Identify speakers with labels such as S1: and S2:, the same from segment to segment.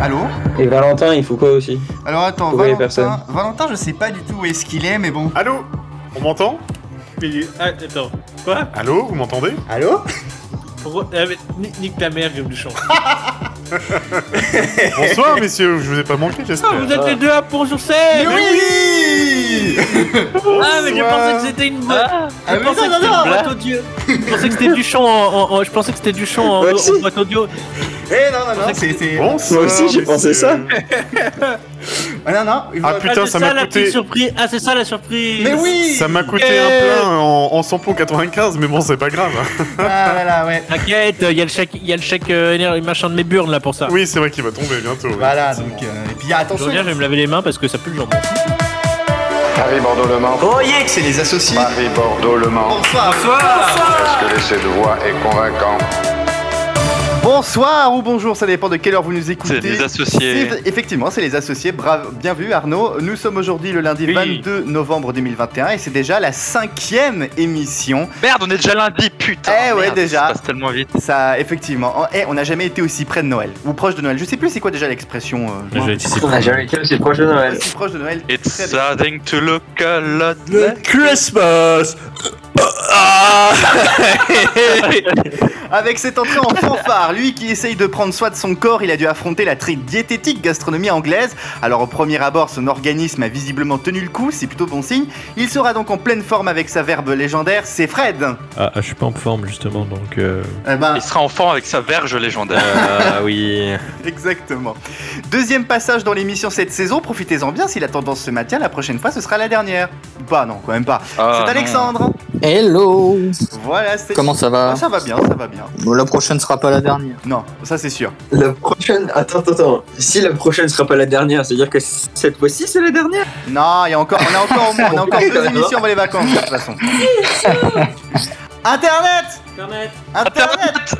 S1: Allô
S2: Et Valentin, il faut quoi aussi
S1: Alors attends,
S2: Trouver les
S1: Valentin,
S2: personnes.
S1: Valentin, je sais pas du tout où est-ce qu'il est, mais bon.
S3: Allô On m'entend
S4: Mais il- ah, attends, quoi
S3: Allô Vous m'entendez
S1: Allô
S4: Pourquoi Ah, mais ni- Nique ta mère, Guillaume Duchamp.
S3: Bonsoir, messieurs, je vous ai pas manqué, j'espère.
S4: Ah, vous êtes les deux à pont sur
S1: Eh
S4: scène
S1: Oui
S4: Ah, mais je
S3: Bonsoir.
S4: pensais que c'était une bonne.
S1: Ah,
S4: je
S1: mais
S4: pensais
S1: non,
S4: que
S1: non,
S4: c'était
S1: non.
S4: une boîte audio. Je pensais que c'était Duchamp en, en- en- Je pensais que c'était Duchamp en,
S1: Bah,
S2: Ouais, si.
S4: en boîte audio.
S1: Eh non, non, non, c'est. c'est-
S3: Bonsoir,
S2: Moi aussi, j'ai pensé ça.
S3: messieurs.
S1: Ah non, non, il faut-
S3: Ah, putain,
S4: ah, c'est
S3: ça
S4: ça,
S3: m'a
S4: la
S3: coûté-
S4: petite surprise. Ah, c'est ça la surprise.
S1: Mais oui
S3: Ça m'a coûté un
S4: Yeah.
S3: plein en, en samplon 95, mais bon, c'est pas grave.
S1: Ah voilà, ouais.
S4: T'inquiète, il y a le chèque, il y a le chèque euh, éner- machin de mes burnes là pour ça.
S3: Oui, c'est vrai qu'il va tomber bientôt. oui.
S1: Voilà, donc. euh, et puis
S4: Je
S1: attention.
S4: reviens, je vais me laver les mains parce que ça pue le jambon.
S5: Paris Bordeaux Le Mans.
S1: Oh yeah, que c'est les associés.
S5: Paris Bordeaux Le Mans.
S1: Bonsoir.
S5: Est-ce que l'essai de voix est convaincant
S1: Bonsoir ou bonjour, ça dépend de quelle heure vous nous écoutez.
S6: C'est les associés.
S1: C'est- Effectivement, c'est les associés. Brave, bien vu Arnaud. Nous sommes aujourd'hui le lundi
S4: Oui.
S1: 22 novembre 2021 et c'est déjà la cinquième émission.
S6: Merde, on est déjà lundi, putain.
S1: Eh ouais,
S6: merde,
S1: déjà.
S6: Ça passe tellement vite.
S1: Ça, effectivement. en- eh, on n'a jamais été aussi près de Noël ou proche de Noël. Je sais plus c'est quoi déjà l'expression. euh, je-
S2: On a jamais été aussi proche de Noël.
S1: Aussi proche de Noël.
S6: It's
S1: Très bien.
S6: starting to look a lot
S7: Le
S6: like-
S7: Christmas Ah
S1: Avec cette entrée en fanfare, lui qui essaye de prendre soin de son corps, il a dû affronter la très diététique gastronomie anglaise. Alors au premier abord, son organisme a visiblement tenu le coup, c'est plutôt bon signe. Il sera donc en pleine forme avec sa verbe légendaire, c'est Fred.
S7: Ah, je suis pas en forme justement donc. euh.
S1: Eh ben,
S6: Il sera enfant avec sa verge légendaire.
S7: Ah oui.
S1: exactement. Deuxième passage dans l'émission cette saison, profitez-en bien, si la tendance se maintient, la prochaine fois ce sera la dernière. Bah non, quand même pas.
S6: Ah,
S1: c'est Alexandre.
S8: Hello
S1: Voilà, c'est...
S8: Comment ça
S1: Ah,
S8: va
S1: ça va bien, ça va bien.
S8: Bon, La prochaine sera pas la dernière.
S1: Non, ça c'est sûr.
S2: La prochaine. Attends, attends, attends. Si la prochaine sera pas la dernière, c'est-à-dire que cette fois-ci c'est la dernière
S1: Non, il y a encore, on a encore, au moins- on a encore deux
S2: D'accord.
S1: émissions avant les vacances de toute façon. Internet, Internet,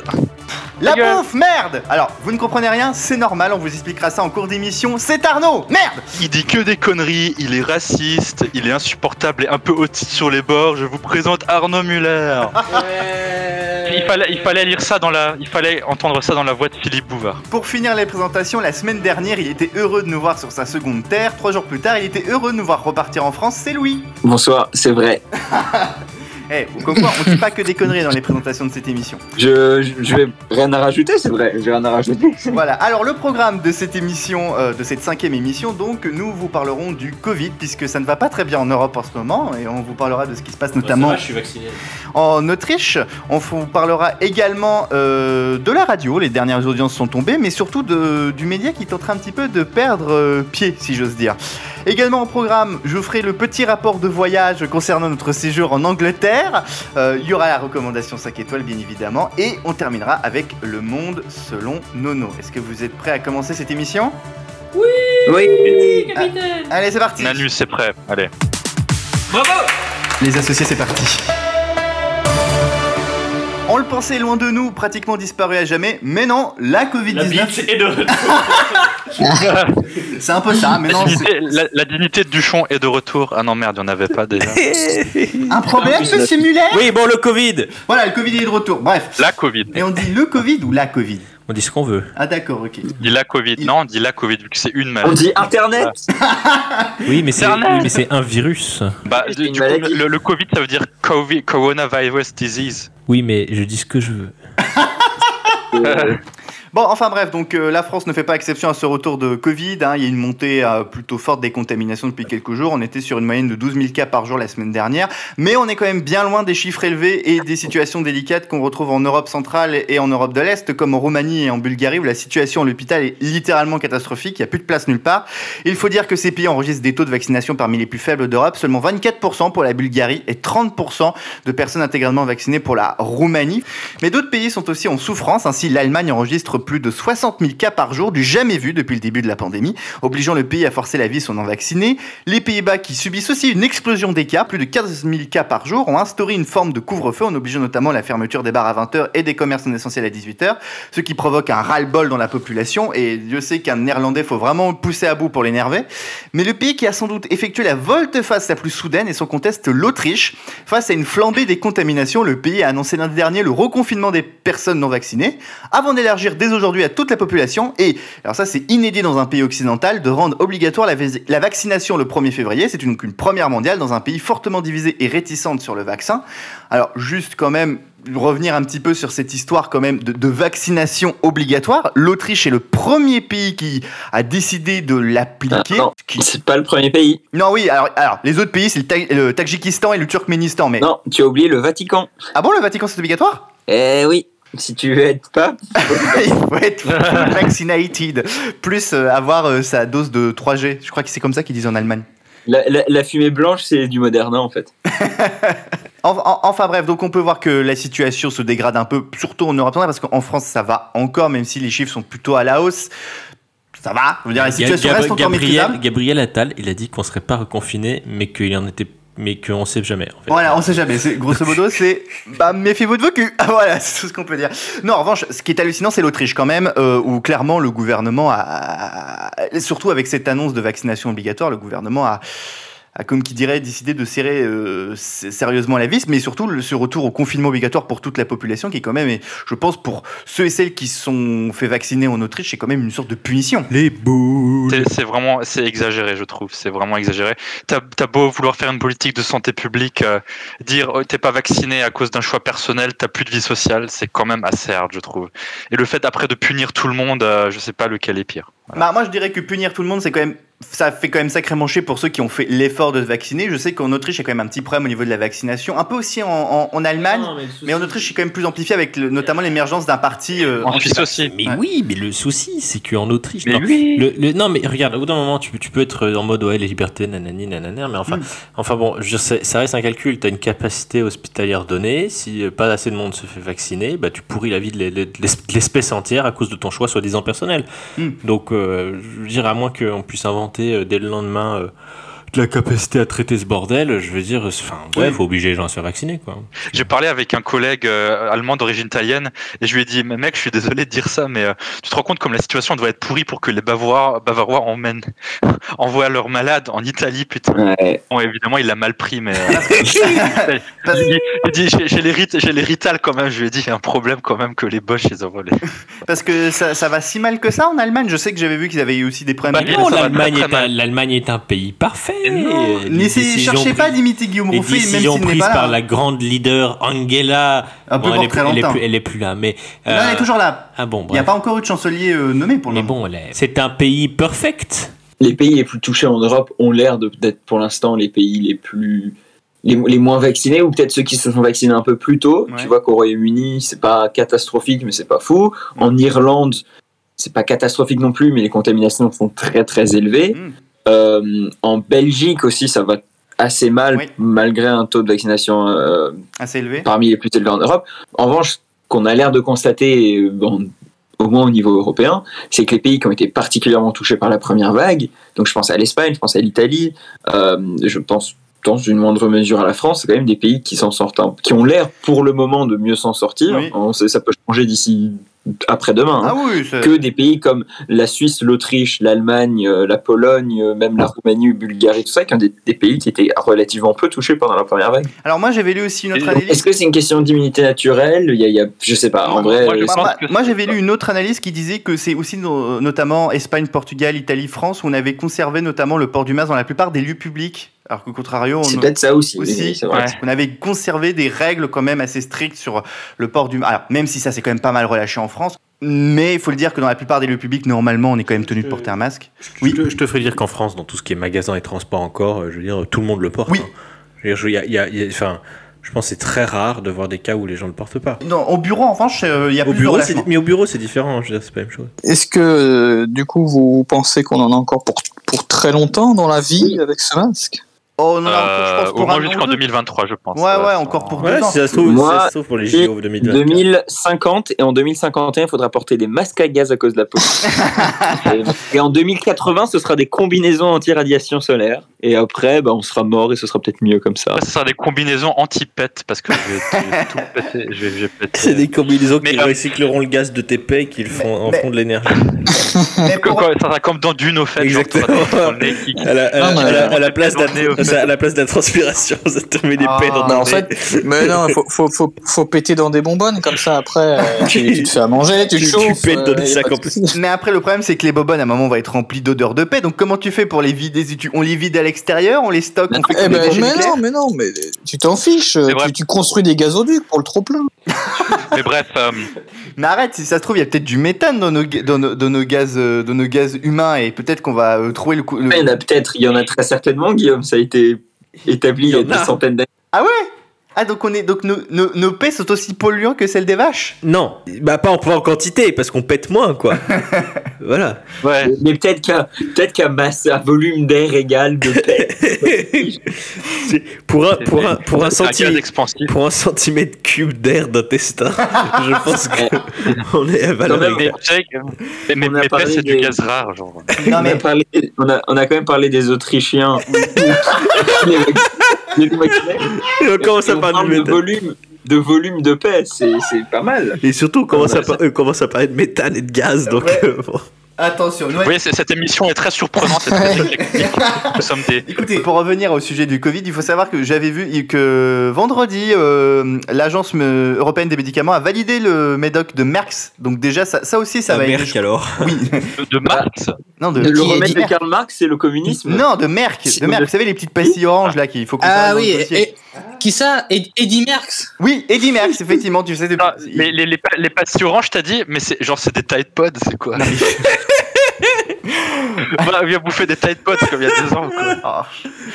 S1: la bouffe, merde. Alors, vous ne comprenez rien, c'est normal, on vous expliquera ça en cours d'émission. C'est Arnaud, merde.
S6: non. Il dit que des conneries, il est raciste, il est insupportable et un peu autiste sur les bords. Je vous présente Arnaud Muller. Il fallait, il fallait lire ça dans la, il fallait entendre ça dans la voix de Philippe Bouvard.
S1: Pour finir les présentations, la semaine dernière, il était heureux de nous voir sur sa seconde terre. Trois jours plus tard, il était heureux de nous voir repartir en France. C'est Louis.
S2: Bonsoir, c'est vrai.
S1: Eh, comme quoi, on dit pas que des conneries dans les présentations de cette émission.
S2: Je, je, je vais rien à rajouter, c'est vrai. J'ai rien à rajouter.
S1: Voilà, alors le programme de cette émission, euh, de cette cinquième émission, donc nous vous parlerons du Covid, puisque ça ne va pas très bien en Europe en ce moment, et on vous parlera de ce qui se passe notamment
S7: Ah,
S4: je suis vacciné.
S1: en Autriche. On vous parlera également euh, de la radio, les dernières audiences sont tombées, mais surtout de- du média qui est en train un petit peu de perdre euh, pied, si j'ose dire. Également au programme, je vous ferai le petit rapport de voyage concernant notre séjour en Angleterre. Euh, Il y aura la recommandation 5 étoiles, bien évidemment, et on terminera avec le monde selon Nono. Est-ce que vous êtes prêts à commencer cette émission Ah,
S2: Oui.
S1: Allez, c'est parti
S6: Nanu, c'est prêt. Allez.
S1: Les associés, c'est parti. On le pensait loin de nous, pratiquement disparu à jamais, mais non, la
S4: La bite
S1: Covid-19,
S4: et de.
S1: c'est un peu ça, mais
S6: La
S1: non,
S6: dignité, la, la dignité de Duchon est de retour. Ah non merde, il n'y en avait pas déjà.
S1: c'est un problème, monsieur Muller
S7: oui, bon, le Covid
S1: Voilà, le Covid est de retour, bref.
S6: La Covid.
S1: Et on dit le Covid ou la Covid
S7: On dit ce qu'on veut.
S1: Ah d'accord, ok.
S6: On dit la Covid. Non, on dit la Covid vu que c'est une
S2: On
S6: maladie.
S2: dit internet
S7: Oui, mais c'est
S6: Internet.
S7: oui, mais c'est un virus.
S6: Bah,
S2: C'est
S6: du,
S2: une
S6: du coup,
S2: maladie.
S6: le, le Covid, ça veut dire COVID, Coronavirus Disease.
S7: Oui, mais je dis ce que je veux.
S2: Euh,
S1: Bon, enfin bref, donc euh, la France ne fait pas exception à ce retour de Covid. hein. Il y a une montée euh, plutôt forte des contaminations depuis quelques jours. On était sur une moyenne de 12 000 cas par jour la semaine dernière. Mais on est quand même bien loin des chiffres élevés et des situations délicates qu'on retrouve en Europe centrale et en Europe de l'Est, comme en Roumanie et en Bulgarie, où la situation à l'hôpital est littéralement catastrophique. Il n'y a plus de place nulle part. Il faut dire que ces pays enregistrent des taux de vaccination parmi les plus faibles d'Europe. Seulement 24% pour la Bulgarie et 30% de personnes intégralement vaccinées pour la Roumanie. Mais d'autres pays sont aussi en souffrance. Ainsi, l'Allemagne enregistre plus de 60 000 cas par jour, du jamais vu depuis le début de la pandémie, obligeant le pays à forcer la vie son non-vacciné. Les Pays-Bas, qui subissent aussi une explosion des cas, plus de 15 000 cas par jour, ont instauré une forme de couvre-feu en obligeant notamment la fermeture des bars à 20h et des commerces non essentiels à 18h, ce qui provoque un ras-le-bol dans la population. Et Dieu sait qu'un Néerlandais faut vraiment le pousser à bout pour l'énerver. Mais le pays qui a sans doute effectué la volte-face la plus soudaine est sans conteste l'Autriche, Face à une flambée des contaminations, le pays a annoncé lundi dernier le reconfinement des personnes non vaccinées, avant d'élargir dès aujourd'hui à toute la population et, alors ça c'est inédit dans un pays occidental, de rendre obligatoire la, vais- la vaccination le 1er février. C'est donc une première mondiale dans un pays fortement divisé et réticente sur le vaccin. Alors juste quand même revenir un petit peu sur cette histoire quand même de, de vaccination obligatoire. L'Autriche est le premier pays qui a décidé de l'appliquer.
S2: Non, non.
S1: Ce qui-
S2: C'est pas le premier pays.
S1: non, oui, alors, alors les autres pays, c'est le, Ta- le Tadjikistan et le Turkménistan. Mais
S2: Non, tu as oublié le Vatican.
S1: ah bon, le Vatican, c'est obligatoire
S2: Eh oui, si tu veux être pape.
S1: Il faut être vaccinated, plus euh, avoir euh, sa dose de 3G. Je crois que c'est comme ça qu'ils disent en Allemagne.
S2: La, la- la fumée blanche, c'est du Moderna en fait.
S1: En- en- enfin bref, donc on peut voir que la situation se dégrade un peu, surtout en Europe, parce qu'en France, ça va encore, même si les chiffres sont plutôt à la hausse. Ça va, je veux dire, la situation
S9: Gab-
S1: reste encore maîtrisable.
S9: Gabriel, Gabriel Attal, il a dit qu'on serait pas reconfiné, mais qu'il en était, mais qu'on sait jamais. En fait.
S1: Voilà, on sait jamais. C'est- Grosso modo, c'est bah, méfiez-vous de vos culs. Ah, voilà, c'est tout ce qu'on peut dire. Non, en revanche, ce qui est hallucinant, c'est l'Autriche quand même, euh, où clairement le gouvernement a, surtout avec cette annonce de vaccination obligatoire, le gouvernement a, a comme qui dirait, décidé de serrer euh, sé- sérieusement la vis, mais surtout le, ce retour au confinement obligatoire pour toute la population, qui est quand même, et je pense, pour ceux et celles qui se sont fait vacciner en Autriche, c'est quand même une sorte de punition.
S9: Les boules.
S6: C'est c'est vraiment c'est exagéré, je trouve. C'est vraiment exagéré. T'as as beau vouloir faire une politique de santé publique, euh, dire oh, t'es pas vacciné à cause d'un choix personnel, t'as plus de vie sociale, c'est quand même acerbe, je trouve. Et le fait après de punir tout le monde, euh, je sais pas lequel est pire.
S1: Bah, moi, je dirais que punir tout le monde, c'est quand même. Ça fait quand même sacrément chier pour ceux qui ont fait l'effort de se vacciner. Je sais qu'en Autriche, il y a quand même un petit problème au niveau de la vaccination. Un peu aussi en, en- en Allemagne.
S9: Ah,
S1: mais en Autriche, c'est quand même plus amplifié avec le- notamment l'émergence d'un parti. euh,
S6: En Suisse aussi.
S9: Mais
S1: Ouais.
S9: oui, mais le souci, c'est qu'en Autriche,
S6: Mais
S9: non,
S6: oui.
S9: Le- le- non, mais regarde, au bout d'un moment, tu, peux- tu peux être en mode ouais, les libertés, nanani, nanana, mais enfin,
S1: Mm.
S9: enfin bon, je veux dire, c'est- ça reste un calcul. Tu as une capacité hospitalière donnée. Si euh, pas assez de monde se fait vacciner, bah, tu pourris la vie de l'e- l'e- de l'espèce entière à cause de ton choix soi-disant personnel.
S1: Mm.
S9: Donc, euh, je veux dire, à moins qu'on puisse inventer euh, dès le lendemain. euh, de la capacité à traiter ce bordel, je veux dire, euh, c'est- enfin, ouais, faut obliger les gens à se faire vacciner, quoi.
S6: J'ai parlé avec un collègue euh, allemand d'origine italienne et je lui ai dit mais mec, je suis désolé de dire ça, mais euh, tu te rends compte comme la situation doit être pourrie pour que les Bavarois, Bavarois emmènent, envoient leurs malades en Italie, putain.
S2: Ouais.
S6: Bon, évidemment, il l'a mal pris, mais. euh, il dit- il dit, j'ai- j'ai les, rit- j'ai les rital quand même. Je lui ai dit, il y a un problème quand même que les Bosch les envoient. les-
S1: Parce que ça, ça va si mal que ça en Allemagne. Je sais que j'avais vu qu'ils avaient eu aussi des problèmes.
S6: Bah,
S1: avec-
S6: non,
S9: Non,
S6: ça va
S9: l'Allemagne
S6: très,
S9: est,
S6: très
S9: un-
S6: mal.
S9: l'Allemagne est un pays parfait. Les
S1: N'essayez,
S9: décisions
S1: cherchez pas à
S9: prises-
S1: d'imiter Guillaume
S9: les
S1: Ronfey, même
S9: décisions
S1: s'il n'est
S9: prises
S1: pas là.
S9: par la grande leader Angela.
S1: Un peu
S9: Bon,
S1: pour
S9: elle, est,
S1: très
S9: elle est
S1: longtemps.
S9: plus, elle est plus là, mais. euh,
S1: Là, elle est toujours là.
S9: Ah bon,
S1: Il n'y a
S9: bref.
S1: pas encore eu de chancelier euh, nommé pour le
S9: Mais
S1: moment.
S9: bon, elle est- c'est un pays perfect.
S2: Les pays les plus touchés en Europe ont l'air de- d'être pour l'instant les pays les plus. Les, les moins vaccinés, ou peut-être ceux qui se sont vaccinés un peu plus tôt.
S1: Ouais.
S2: Tu vois qu'au Royaume-Uni, c'est pas catastrophique, mais c'est pas fou. En Irlande, c'est pas catastrophique non plus, mais les contaminations sont très très élevées.
S1: Mm.
S2: Euh, en Belgique aussi, ça va assez mal,
S1: Oui.
S2: malgré un taux de vaccination euh,
S1: Assez
S9: Ah,
S1: élevé.
S2: parmi les plus élevés en Europe. En revanche, ce qu'on a l'air de constater, euh, en- au moins au niveau européen, c'est que les pays qui ont été particulièrement touchés par la première vague, donc je pense à l'Espagne, je pense à l'Italie, euh, je pense dans une moindre mesure à la France, c'est quand même des pays qui s'en sortent, un- qui ont l'air pour le moment de mieux s'en sortir.
S1: Oui.
S2: On sait, ça peut changer d'ici après-demain. hein
S1: Ah oui, c'est-
S2: que des pays comme la Suisse, l'Autriche, l'Allemagne, euh, la Pologne, euh, même
S1: Ah.
S2: la Roumanie, Bulgarie, tout ça, qui ont des, des pays qui étaient relativement peu touchés pendant la première vague.
S1: Alors moi, j'avais lu aussi une autre
S2: Donc,
S1: analyse.
S2: Est-ce que c'est une question d'immunité naturelle il y a, il y a- Je sais pas. En vrai,
S6: moi, je
S2: euh,
S6: pense-
S1: Bah, Moi, moi-
S6: que
S1: moi,
S6: c'est-
S1: j'avais lu une autre analyse qui disait que c'est aussi no- notamment Espagne, Portugal, Italie, France où on avait conservé notamment le port du masque dans la plupart des lieux publics, alors que contrario,
S2: c'est
S1: on,
S2: peut-être ça aussi.
S1: aussi,
S2: oui, c'est vrai.
S6: ouais.
S1: on avait conservé des règles quand même assez strictes sur le port du masque. Alors, même si ça c'est quand même pas mal relâché en France, mais il faut le dire que dans la plupart des lieux publics, normalement, on est quand même tenu de porter un masque. Oui.
S9: Je, te, je te ferai dire qu'en France, dans tout ce qui est magasin et transport encore, euh, je veux dire, tout le monde le porte.
S1: Oui.
S9: hein. Je veux dire, je- il y a- il y a- il y a- enfin, je pense que c'est très rare de voir des cas où les gens le portent pas.
S1: Non, au bureau, en revanche, euh, il y a
S9: Au
S1: plus de
S9: bureau,
S1: relâchement.
S9: c'est- mais au bureau, c'est différent. Je veux dire, c'est pas la même chose.
S8: Est-ce que, euh, du coup, vous pensez qu'on en a encore pour, pour très longtemps dans la vie avec ce masque
S1: Oh non, non, je
S6: Euh,
S1: pense
S6: au
S1: pour
S6: moins
S1: un
S6: jusqu'en
S1: an ou deux.
S6: 2023, je pense.
S1: Ouais, ouais,
S6: sans-
S1: encore pour-
S9: Ouais,
S1: Dedans.
S9: si ça se trouve,
S2: Moi,
S9: si ça se trouve pour les
S2: j'ai
S9: JO 2024.
S2: 2050 et en 2051, il faudra porter des masques à gaz à cause de la pollution. et en 2080, ce sera des combinaisons anti-radiation solaire. Et après, bah, on sera mort et ce sera peut-être mieux comme ça.
S6: Ça sera des combinaisons anti-pet parce que je vais, je vais tout péter. Je vais, je vais péter.
S9: C'est des combinaisons qui
S6: Mais, euh,
S9: recycleront le gaz de TP et qui le font, en
S1: mais-
S9: font de l'énergie.
S1: Mais
S6: Comme,
S1: pour-
S6: comme- ça sera comme dans Dune au fait. genre,
S9: Exactement.
S6: t'auras des mecs qui-
S9: À la, à la-
S8: Non, mais-
S9: à la- à la place de
S6: On est au
S9: la,
S6: fait.
S9: à la place de la transpiration, ça te met des
S1: Ah.
S9: pets dans
S8: Bah, en
S9: ton
S8: fait, mais non, faut, faut, faut, faut péter dans des bonbonnes, comme ça après, euh, tu, tu te fais à manger, tu,
S9: Tu-
S8: te
S9: tu
S8: chauffes.
S9: pètes dans
S8: euh,
S9: des
S8: y a
S9: sacs
S8: pas de
S9: en plus.
S8: soucis.
S1: Mais après, le problème, c'est que les bobonnes, à un moment, vont être remplies d'odeurs de paix. Donc, comment tu fais pour les vider si tu... On les vide à l'extérieur, on les stocke, on fait
S8: Eh
S1: comme des
S8: ben,
S1: déchets
S8: mais
S1: nucléaires
S8: non, mais non, mais tu t'en fiches.
S6: C'est vrai.
S8: Tu, tu construis des gazoducs pour le trop-plein.
S6: Mais bref, euh,
S1: Mais arrête, si ça se trouve, il y a peut-être du méthane dans nos, ga- dans nos, dans nos gaz, euh, dans nos gaz humains et peut-être qu'on va euh, trouver le coup. le-
S2: Il y en a peut-être, il y en a très certainement, Guillaume, ça a été établi il y a
S9: Il y en a.
S2: des centaines d'années.
S1: Ah ouais Ah, donc, on est, donc nos, nos, nos paix sont aussi polluants que celles des vaches
S9: Non, bah pas en, pas en quantité, parce qu'on pète moins, quoi. voilà.
S6: ouais.
S2: Mais peut-être qu'à peut qu'à masse, à volume d'air égal de
S9: C'est- pour un, pour un, pour un
S6: C'est gaz
S9: centimètre.
S6: expansif.
S9: Pour un centimètre cube d'air d'intestin, je pense que on est
S2: Quand
S9: à
S2: même,
S9: valorer.
S6: Mais, tu sais que- mais, mais,
S2: On a
S6: mais
S2: parlé
S6: c'est du
S2: des-
S6: gaz rare, genre.
S1: Non,
S2: on, a
S1: mais.
S2: parlé, on, a, on a quand même parlé des Autrichiens. Les mecs- les mecs-
S9: Et on commence à
S2: on
S9: parler
S2: parle
S9: de
S2: de
S9: méthane.
S2: volume, de volume de paix, c'est c'est pas mal.
S9: Et surtout, on commence,
S2: Ouais,
S9: à, par- euh, commence à parler de méthane et de gaz, donc
S1: Ouais.
S9: euh, bon.
S1: Attention, nous,
S6: Vous voyez, c'est- cette émission est très surprenante et très éclectique. Nous sommes des.
S1: Écoutez, pour revenir au sujet du Covid, il faut savoir que j'avais vu que vendredi, euh, l'agence me- européenne des médicaments a validé le médoc de Merckx. Donc déjà, ça, ça aussi, ça
S9: Ah,
S1: va être...
S9: merc alors.
S6: De, de Marx.
S1: Non, de,
S2: De le
S8: Qui est
S2: remède
S1: dit-
S2: de Karl Marx, c'est le communisme.
S1: Non, de Merck. De Merck. Vous savez, les petites pastilles oranges, là, qu'il faut qu'on
S8: Ah
S1: parle dans
S8: oui,
S1: le dossier.
S8: et, qui ça Ed- Eddie Merckx
S1: Oui, Eddie Merckx, effectivement, tu sais... depuis-
S6: Ah, mais les, les, pa- les pastilles oranges, t'as dit, mais c'est genre c'est des Tide Pods, c'est quoi Voilà, on vient bouffer des Tide Pods comme il y a deux ans. Quoi.
S1: Oh.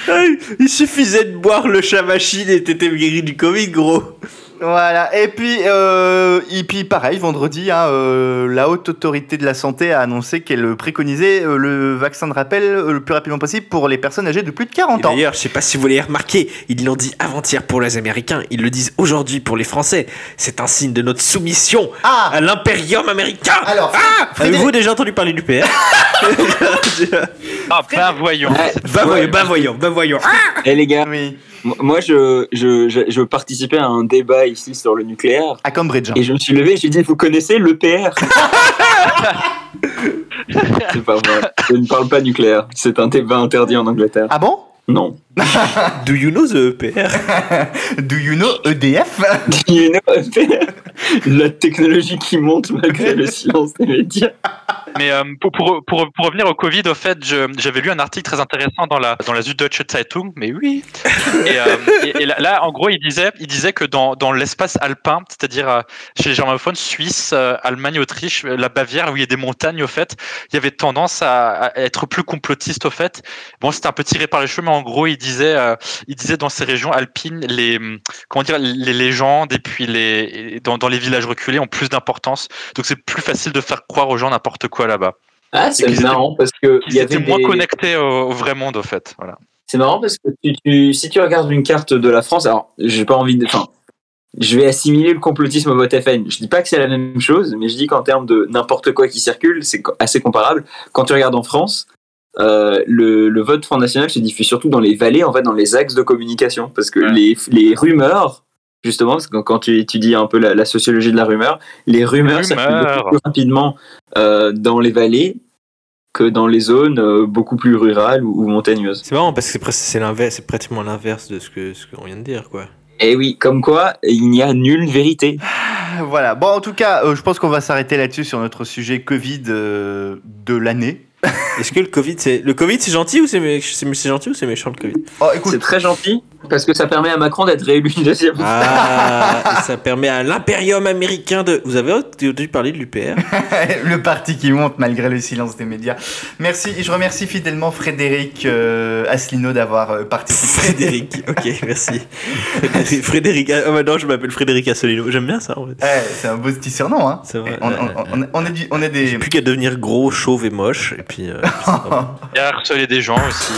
S9: Ah, Il suffisait de boire le chamachine et t'étais guéri du Covid, gros.
S1: Voilà, et puis, euh, et puis pareil, vendredi, hein, euh, la haute autorité de la santé a annoncé qu'elle préconisait euh, le vaccin de rappel euh, le plus rapidement possible pour les personnes âgées de plus de
S9: Et
S1: 40 ans.
S9: D'ailleurs, je sais pas si vous l'avez remarqué, ils l'ont dit avant-hier pour les Américains, ils le disent aujourd'hui pour les Français. C'est un signe de notre soumission
S1: Ah
S9: à l'impérium américain.
S1: Alors,
S9: Ah
S1: Frédéric-
S9: Avez-vous déjà entendu parler du PR
S6: Ah, ben voyons.
S2: Ouais.
S9: Bah
S2: Ouais.
S9: voyons, bah voyons, bah voyons. Ah
S2: Eh les gars,
S1: Oui,
S2: m- moi je, je, je, je participais à un débat ici sur le nucléaire
S1: à Cambridge. hein.
S2: et je me suis levé et j'ai dit Vous connaissez l'EPR C'est pas vrai. Je ne parle pas nucléaire. C'est un débat interdit en Angleterre.
S1: Ah bon
S2: Non.
S9: Do you know the E PR
S1: Do you know E EDF
S2: You know, EPR La technologie qui monte malgré le silence des médias.
S6: Mais euh, pour, pour, pour, pour revenir au Covid, au fait, je- j'avais lu un article très intéressant dans la, dans la Süddeutsche Zeitung, mais oui. Et, euh, et- et là, là, en gros, il disait, il disait que dans, dans l'espace alpin, c'est-à-dire euh, chez les germanophones, Suisse, euh, Allemagne, Autriche, euh, la Bavière, là où il y a des montagnes, au fait, il y avait tendance à, à être plus complotiste, au fait. Bon, c'était un peu tiré par les cheveux, mais en gros, il disait, euh, il disait dans ces régions alpines, les, hum, comment dire, les légendes et puis les, et dans, dans les villages reculés ont plus d'importance. Donc c'est plus facile de faire croire aux gens n'importe quoi là-bas.
S2: Ah,
S6: Et
S2: c'est
S6: qu'ils
S2: marrant parce que. il
S6: Ils
S2: y avait
S6: étaient moins
S2: des-
S6: connectés au, au vrai monde, au fait. Voilà.
S2: C'est marrant parce que tu- tu- si tu regardes une carte de la France, alors j'ai pas envie de. Enfin, je vais assimiler le complotisme au vote FN. Je dis pas que c'est la même chose, mais je dis qu'en termes de n'importe quoi qui circule, c'est co- assez comparable. Quand tu regardes en France, euh, le, le vote Front National se diffuse surtout dans les vallées, en fait, dans les axes de communication. Parce que
S6: Ouais.
S2: les, les rumeurs, justement, parce que quand tu étudies un peu la, la sociologie de la rumeur, les rumeurs, ça circulent
S6: rumeurs.
S2: beaucoup plus rapidement euh, dans les vallées que dans les zones euh, beaucoup plus rurales ou- ou montagneuses.
S9: C'est marrant parce que c'est presque- c'est l'inverse, c'est pratiquement l'inverse de ce que ce qu'on vient de dire, quoi.
S2: Et Eh oui, comme quoi, il n'y a nulle vérité.
S1: Voilà, bon, en tout cas, euh, je pense qu'on va s'arrêter là-dessus sur notre sujet Covid euh, de l'année.
S9: Est-ce que le Covid, c'est le Covid, c'est gentil ou c'est mé- c'est c'est gentil ou c'est méchant le Covid
S1: Oh,
S2: C'est
S1: écoute,
S2: très gentil, parce que ça permet à Macron d'être réélu une deuxième fois.
S9: Ah, et ça permet à l'impérium américain de. Vous avez entendu parler de l'UPR
S1: le parti qui monte malgré le silence des médias. Merci, et je remercie fidèlement Frédéric euh, Asselineau d'avoir euh, participé.
S9: Frédéric, ok, merci. Frédéric, Frédéric- ah bah non, je m'appelle Frédéric Assolino. J'aime bien ça en fait.
S1: Eh, c'est un beau petit surnom, hein.
S9: C'est
S1: Eh,
S9: vrai.
S1: On, on- on- on est du- on est des.
S9: J'ai plus qu'à devenir gros, chauve et moche, et puis. euh, c'est pas mal.
S6: Et à harceler des gens aussi.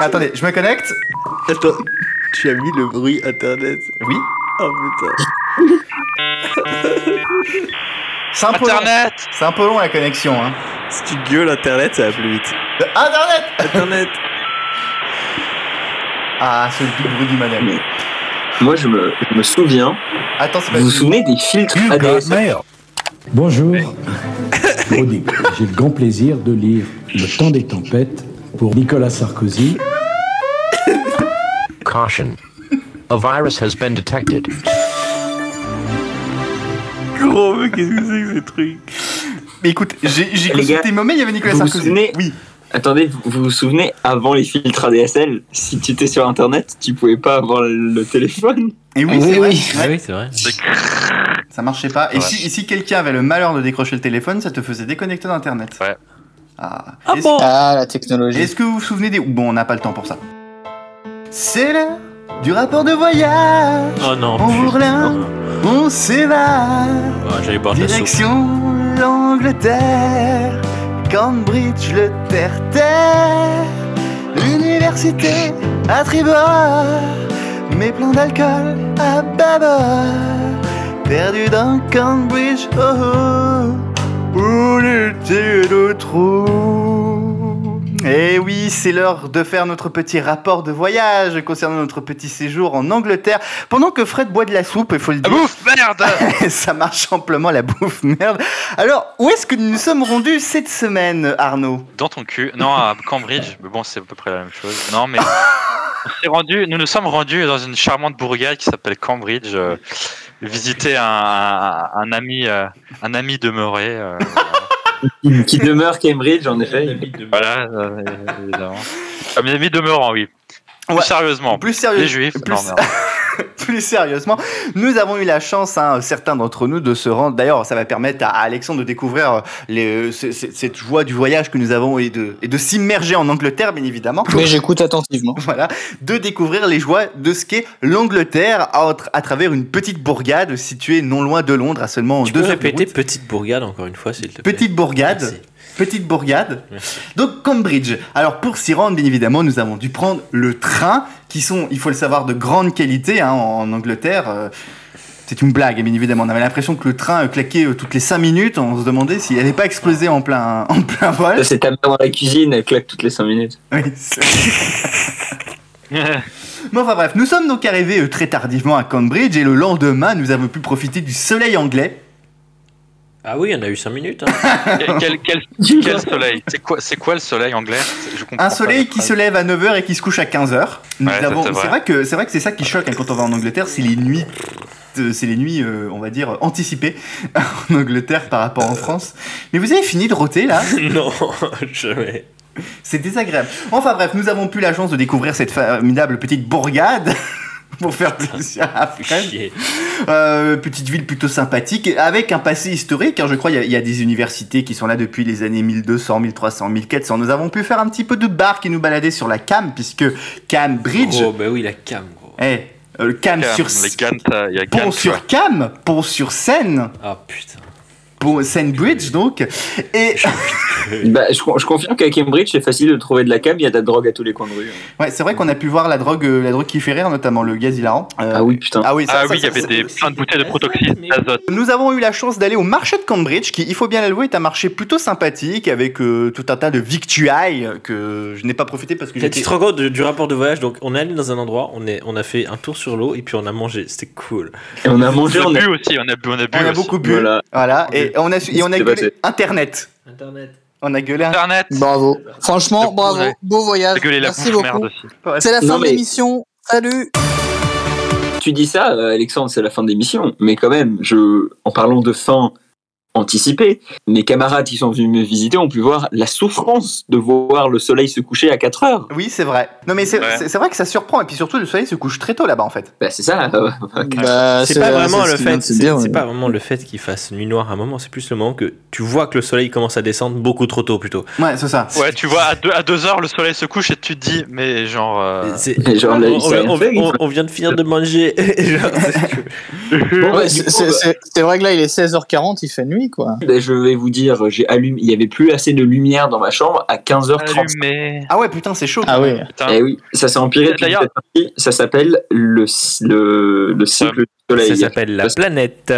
S1: Attendez, je me connecte
S9: Attends, tu as mis le bruit internet.
S1: Oui.
S9: Oh putain.
S1: C'est un, peu long.
S6: Internet
S1: C'est un peu long la connexion. Hein. Ah,
S9: Si tu gueules Internet, ça va plus vite.
S1: Internet
S9: Internet
S1: Ah, ce petit bruit du madame.
S2: Moi, je me, je me souviens.
S1: Attends, c'est pas
S2: Vous vous souvenez des filtres ADSL
S10: Bonjour, Monique. J'ai le grand plaisir de lire Le temps des tempêtes pour Nicolas Sarkozy.
S11: Caution. A virus has been detected.
S9: Gros, mais qu'est-ce que c'est que ces trucs
S1: Mais écoute, j'ai j'ai
S2: Les gars,
S1: consulté mon mail, il y avait Nicolas
S2: vous vous
S1: Sarkozy.
S2: souvenez-
S1: Oui.
S2: Attendez, vous vous, vous souvenez, avant les filtres ADSL, si tu étais sur Internet, tu pouvais pas avoir le téléphone
S1: Et oui, c'est vrai.
S9: Ah
S1: Ouais,
S7: oui, c'est vrai.
S1: Ça marchait pas. Et
S6: Ouais.
S1: si, et si quelqu'un avait le malheur de décrocher le téléphone, ça te faisait déconnecter d'Internet.
S6: Ouais.
S1: Ah,
S4: Ah
S1: Est-ce-
S4: bon
S8: Ah, la technologie.
S1: Est-ce que vous vous souvenez des... Bon, on n'a pas le temps pour ça. C'est l'heure du rapport de voyage.
S7: Oh non.
S1: On vous
S7: putain.
S1: On s'évade.
S9: Oh,
S7: Ouais, J'allais boire de la soupe.
S1: Direction l'Angleterre, Cambridge, le terre-terre, l'université à tribord, mes plans d'alcool à bâbord, perdu dans Cambridge, oh oh, où était le trou Eh oui, c'est l'heure de faire notre petit rapport de voyage concernant notre petit séjour en Angleterre. Pendant que Fred boit de la soupe, il faut le
S6: Ah
S1: dire,
S6: bouffe, merde
S1: ça marche amplement la bouffe, merde. Alors, où est-ce que nous nous sommes rendus cette semaine, Arnaud
S6: Dans ton cul. Non, à Cambridge. Mais bon, c'est à peu près la même chose. Non, mais. On s'est rendu, nous nous sommes rendus dans une charmante bourgade qui s'appelle Cambridge, euh, visiter un, un, un ami, euh, un ami demeuré. euh,
S2: qui demeure Cambridge, en effet.
S6: voilà, euh, évidemment. Un ami demeurant, oui. Plus
S1: Ouais.
S6: sérieusement,
S1: Plus
S6: les
S1: sérieusement.
S6: juifs.
S1: plus-
S6: Non, merde.
S1: Plus sérieusement, nous avons eu la chance, hein, certains d'entre nous, de se rendre. D'ailleurs, ça va permettre à à Alexandre de découvrir euh, les, euh, c- c- cette joie du voyage que nous avons et de, et de s'immerger en Angleterre, bien évidemment.
S8: Mais j'écoute attentivement.
S1: Voilà, de découvrir les joies de ce qu'est l'Angleterre à, à travers une petite bourgade située non loin de Londres, à seulement
S7: Tu
S1: deux
S7: peux
S1: heures de
S7: répéter
S1: route.
S7: petite bourgade encore une fois, s'il te plaît.
S1: Petite bourgade.
S7: Merci.
S1: Petite bourgade.
S7: Merci.
S1: Donc Cambridge. Alors pour s'y rendre, bien évidemment, nous avons dû prendre le train, qui sont, il faut le savoir, de grande qualité hein, en, en Angleterre. euh, c'est une blague, hein, bien évidemment. On avait l'impression que le train euh, claquait euh, toutes les 5 minutes. On se demandait s'il n'allait pas exploser en plein, en plein vol.
S2: Ça, c'est ta mère dans la cuisine, elle claque toutes les 5 minutes.
S1: Oui, c'est- Bon, enfin bref, nous sommes donc arrivés euh, très tardivement à Cambridge et le lendemain, nous avons pu profiter du soleil anglais.
S7: Ah oui, on a eu 5 minutes. hein.
S6: quel, quel, quel soleil C'est quoi, c'est quoi le soleil anglais Je comprends
S1: Un
S6: pas
S1: soleil
S6: cette
S1: qui
S6: phrase.
S1: se lève à 9h et qui se couche à 15h.
S6: Ouais, ça, c'est vrai.
S1: c'est vrai que c'est vrai que c'est ça qui choque hein, quand on va en Angleterre, c'est les nuits euh, c'est les nuits, euh, on va dire, anticipées en Angleterre par rapport en France. Mais vous avez fini de rôter là
S7: non, jamais.
S1: C'est désagréable. Enfin bref, nous avons eu la chance de découvrir cette formidable petite bourgade pour faire plaisir à Fred.
S7: Chier.
S1: Euh, petite ville plutôt sympathique, avec un passé historique, car je crois qu'il y, a- il y a des universités qui sont là depuis les années 1200, 1300, 1400. Nous avons pu faire un petit peu de barque et nous balader sur la Cam, puisque Cambridge,
S7: Gros, bah oui, la cam, gros.
S1: eh, euh, le Cam,
S6: Oh. Cam,
S1: sur
S6: les Gant, euh, il y a Gant,
S1: pont sur Cam, pont sur Seine,
S7: Ah putain.
S1: pont Seine Bridge donc, et
S2: Bah, je, je confirme qu'à Cambridge, c'est facile de trouver de la cam, il y a de la drogue à tous les coins de rue.
S1: ouais, c'est vrai qu'on a pu voir la drogue, euh, la drogue qui fait rire, notamment le gaz hilarant. Euh,
S2: Ah oui, putain.
S1: Ah oui, ça- ça-
S6: Ah oui, il y
S1: ça-
S6: avait
S1: ça-
S6: des, plein de bouteilles de protoxyde d'azote.
S1: Nous avons eu la chance d'aller au marché de Cambridge, qui, il faut bien l'avouer, est un marché plutôt sympathique, avec euh, tout un tas de victuailles euh, que je n'ai pas profité parce que
S7: Tu
S1: j'étais...
S7: te rends compte du, du rapport de voyage Donc, on est allé dans un endroit, on, est, on a fait un tour sur l'eau et puis on a mangé. C'était cool.
S2: Et on a
S6: On
S2: mangé,
S6: a
S2: on a
S6: bu aussi, on a bu, on a bu.
S1: On a
S6: aussi.
S1: beaucoup bu, voilà,
S2: Voilà.
S1: et on a, su- et on a
S2: C'est
S1: gueulé
S2: passé.
S1: Internet.
S7: Internet.
S1: On a gueulé Internet.
S6: Internet,
S8: Bravo. Franchement,
S6: De
S8: bravo.
S6: bourré.
S8: Beau voyage.
S6: t'as gueulé la
S8: Bah, Merci
S6: bouche, merde
S8: beaucoup.
S6: aussi.
S8: C'est la fin
S2: Non,
S8: de
S2: mais-
S8: l'émission. Salut.
S2: Tu dis ça, euh, Alexandre, c'est la fin de l'émission. Mais quand même, je, en parlant de fin anticipée, mes camarades qui sont venus me visiter ont pu voir la souffrance de voir le soleil se coucher à 4 heures.
S1: Oui, c'est vrai. Non, mais c'est
S6: Ouais.
S1: c'est- c'est vrai que ça surprend, et puis surtout, le soleil se couche très tôt là-bas, en fait.
S2: Bah, c'est ça. euh,
S8: Bah,
S7: c'est pas vraiment le
S8: c'est ce qu'il vient
S7: fait.
S8: de se
S7: C'est
S8: dire,
S7: c'est
S8: mais-
S7: pas vraiment le fait qu'il fasse nuit noire à un moment. C'est plus le moment que tu vois que le soleil commence à descendre beaucoup trop tôt plutôt.
S1: Ouais, c'est ça.
S6: Ouais, tu vois, à deux, à deux heures, le soleil se couche et tu te dis, mais genre. euh,
S7: C'est-
S2: Mais genre,
S7: on,
S2: là, il
S7: on-
S2: s'est rien
S7: on-
S2: fait,
S7: on- on vient de finir de manger. Genre, c'est-
S2: bah,
S8: bah, Ouais, c'est- c'est c'est vrai que là, il est 16h40, il fait nuit. conneries, quoi.
S2: euh, Ben, je vais vous dire, j'ai allumé, il n'y avait plus assez de lumière dans ma chambre à 15h30.
S1: Ah ouais, putain, c'est chaud.
S8: Ah ouais.
S2: Eh oui, ça s'est empiré. depuis
S1: hein. D'ailleurs-
S2: cette partie. ça s'appelle le, c- le, le cycle du soleil.
S1: ça s'appelle
S2: la planète.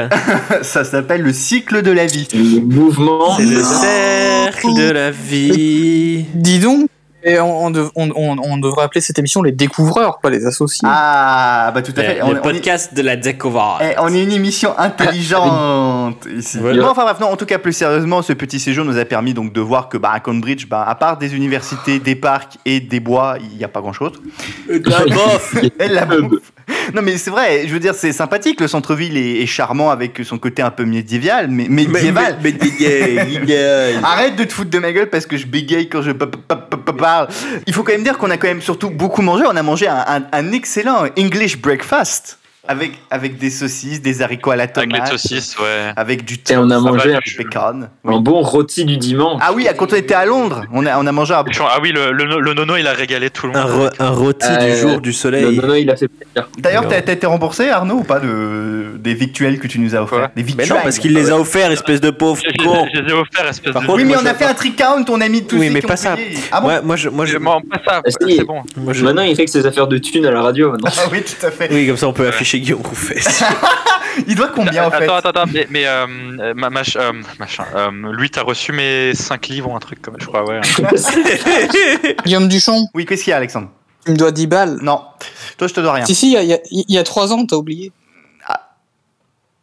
S1: ça s'appelle le cycle de la vie.
S2: Le mouvement.
S1: C'est le
S8: cercle
S1: de
S8: la vie. Dis donc, et on, on dev- on- on- on devrait appeler cette émission les découvreurs, pas les associés.
S1: Ah, bah tout à fait.
S8: Le-
S1: On-
S8: le
S1: on est-
S8: podcast
S9: de la découverte.
S1: Eh, on est une émission intelligente ici.
S9: Voilà.
S1: Non, enfin bref, non, en tout cas plus sérieusement, ce petit séjour nous a permis donc de voir que bah, à Cambridge, bah, à part des universités, des parcs et des bois, il n'y a pas grand chose.
S9: la bof.
S1: Et la bouffe. Non mais c'est vrai, je veux dire c'est sympathique, le centre-ville est, est charmant avec son côté un peu médiéval, mais médiéval.
S9: mais- médiéval, médiéval.
S1: Arrête de te foutre de ma gueule parce que je bégaye quand je pa- pa- pa- pa- parle. Il faut quand même dire qu'on a quand même surtout beaucoup mangé, on a mangé un, un- un excellent English breakfast. Avec, avec des saucisses, des haricots à la tomate.
S6: les saucisses, ouais.
S1: Avec du
S2: Et on a
S1: Ça
S2: mangé
S1: va,
S2: un,
S1: du bacon.
S2: un bon rôti du dimanche.
S1: Ah oui, à- quand on était à Londres, on a, on a mangé un
S6: Ah oui, le, le- le nono, il a régalé tout le monde.
S2: Euh,
S1: Ah,
S2: Non, non, non, il a fait plaisir.
S1: D'ailleurs, t'as t'as été remboursé, Arnaud, ou pas de, des victuels que tu nous as offerts Des
S9: Mais
S1: victuels
S9: non, parce qu'il les a offerts, espèce de pauvre
S6: Je
S9: con.
S6: les ai- je les ai offerts, espèce
S9: Par
S6: de.
S9: contre,
S1: Oui, mais
S9: moi,
S1: on
S9: je-
S1: a fait un trick out, on a mis tous
S9: Oui,
S1: ceux
S9: mais
S1: qui
S9: pas
S1: ont
S9: ça.
S1: payé. Ah bon Bah
S9: Ouais, moi, je, moi, je...
S6: Non, pas ça,
S2: Ah, si.
S6: c'est bon.
S9: Moi, je-
S2: Maintenant, il fait que ses affaires de thunes à la radio. Maintenant.
S1: Ah oui, tout à fait.
S9: Oui, comme ça, on peut afficher Guillaume Rouffet.
S1: Il doit combien en fait
S6: Attends, attends, attends, mais, mais euh, euh, ma, mach- euh, machin, euh, lui, t'as reçu mes 5 livres, un truc comme je crois, ouais.
S8: Guillaume Duchamp,
S1: Oui, qu'est-ce qu'il y a, Alexandre
S8: tu me dois 10 balles.
S1: Non, toi, je te dois rien.
S8: Si, si, il y a- il y a- il y, a 3 ans, t'as oublié.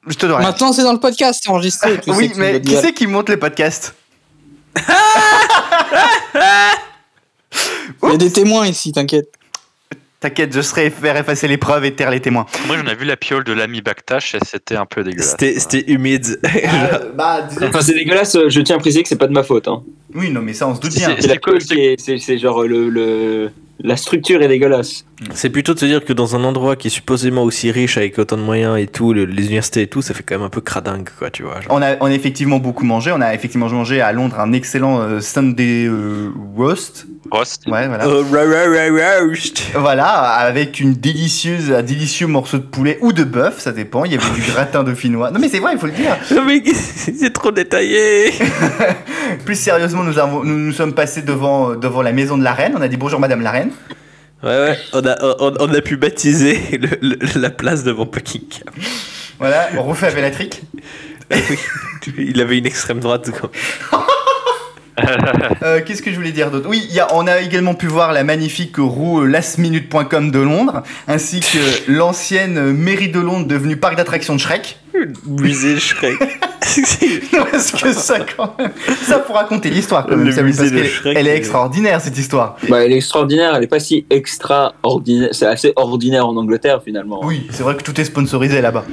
S1: Je te dois rien.
S8: Maintenant, c'est dans le podcast, c'est enregistré. tu sais
S1: Oui,
S8: que Ah tu me dois
S1: mais
S8: 10
S1: qui
S8: balles.
S1: c'est qui monte les podcasts
S8: Il y a des témoins ici, t'inquiète.
S1: T'inquiète, je serai faire effacer les preuves et taire les témoins.
S6: Moi, j'en ai vu la piole de l'ami Bactache et c'était un peu dégueulasse.
S9: C'était c'était humide.
S1: Bah, disons-
S2: Enfin, c'est dégueulasse, euh, je tiens à préciser que c'est pas de ma faute. hein.
S1: Oui, non, mais ça, on se doute
S2: C'est
S1: bien.
S2: c'est la colle qui est- c'est- c'est genre euh, le, le- La structure est dégueulasse.
S9: C'est plutôt de se dire que dans un endroit qui est supposément aussi riche avec autant de moyens et tout, le- les universités et tout, ça fait quand même un peu cradingue, quoi, tu vois. genre.
S1: On a, on a effectivement beaucoup mangé. On a effectivement mangé à Londres un excellent euh, Sunday euh, roast.
S6: Roast.
S1: Ouais, voilà.
S9: Euh, ra- ra- ra- roast.
S1: Voilà, avec une délicieuse, un délicieux morceau de poulet ou de bœuf, ça dépend. Il y avait du gratin dauphinois. Non, mais c'est vrai, il faut le dire.
S9: Non, mais c'est trop détaillé.
S1: Plus sérieusement, nous, avons, nous nous sommes passés devant, euh, devant la maison de la reine. On a dit bonjour, madame la reine.
S9: Ouais, ouais, on a, on, on a pu baptiser le- le- la place devant Buckingham.
S1: Voilà, on refait avec la trique.
S9: Il avait une extrême droite, quoi.
S1: Euh, Qu'est-ce que je voulais dire d'autre Oui, il y a- on a également pu voir la magnifique roue euh, lastminute.com de Londres, ainsi que l'ancienne euh, mairie de Londres devenue parc d'attractions de Shrek.
S9: Musée Shrek.
S1: Non, Parce que ça, quand même, ça pour raconter l'histoire, quand même,
S9: Le
S1: ça, oui,
S9: musée
S1: parce
S9: de
S1: qu'elle-
S9: Shrek,
S1: elle est
S9: euh,
S1: extraordinaire cette histoire.
S2: Bah, elle est extraordinaire, elle est pas si extraordinaire. C'est assez ordinaire en Angleterre finalement.
S1: Oui, c'est vrai que tout est sponsorisé là-bas.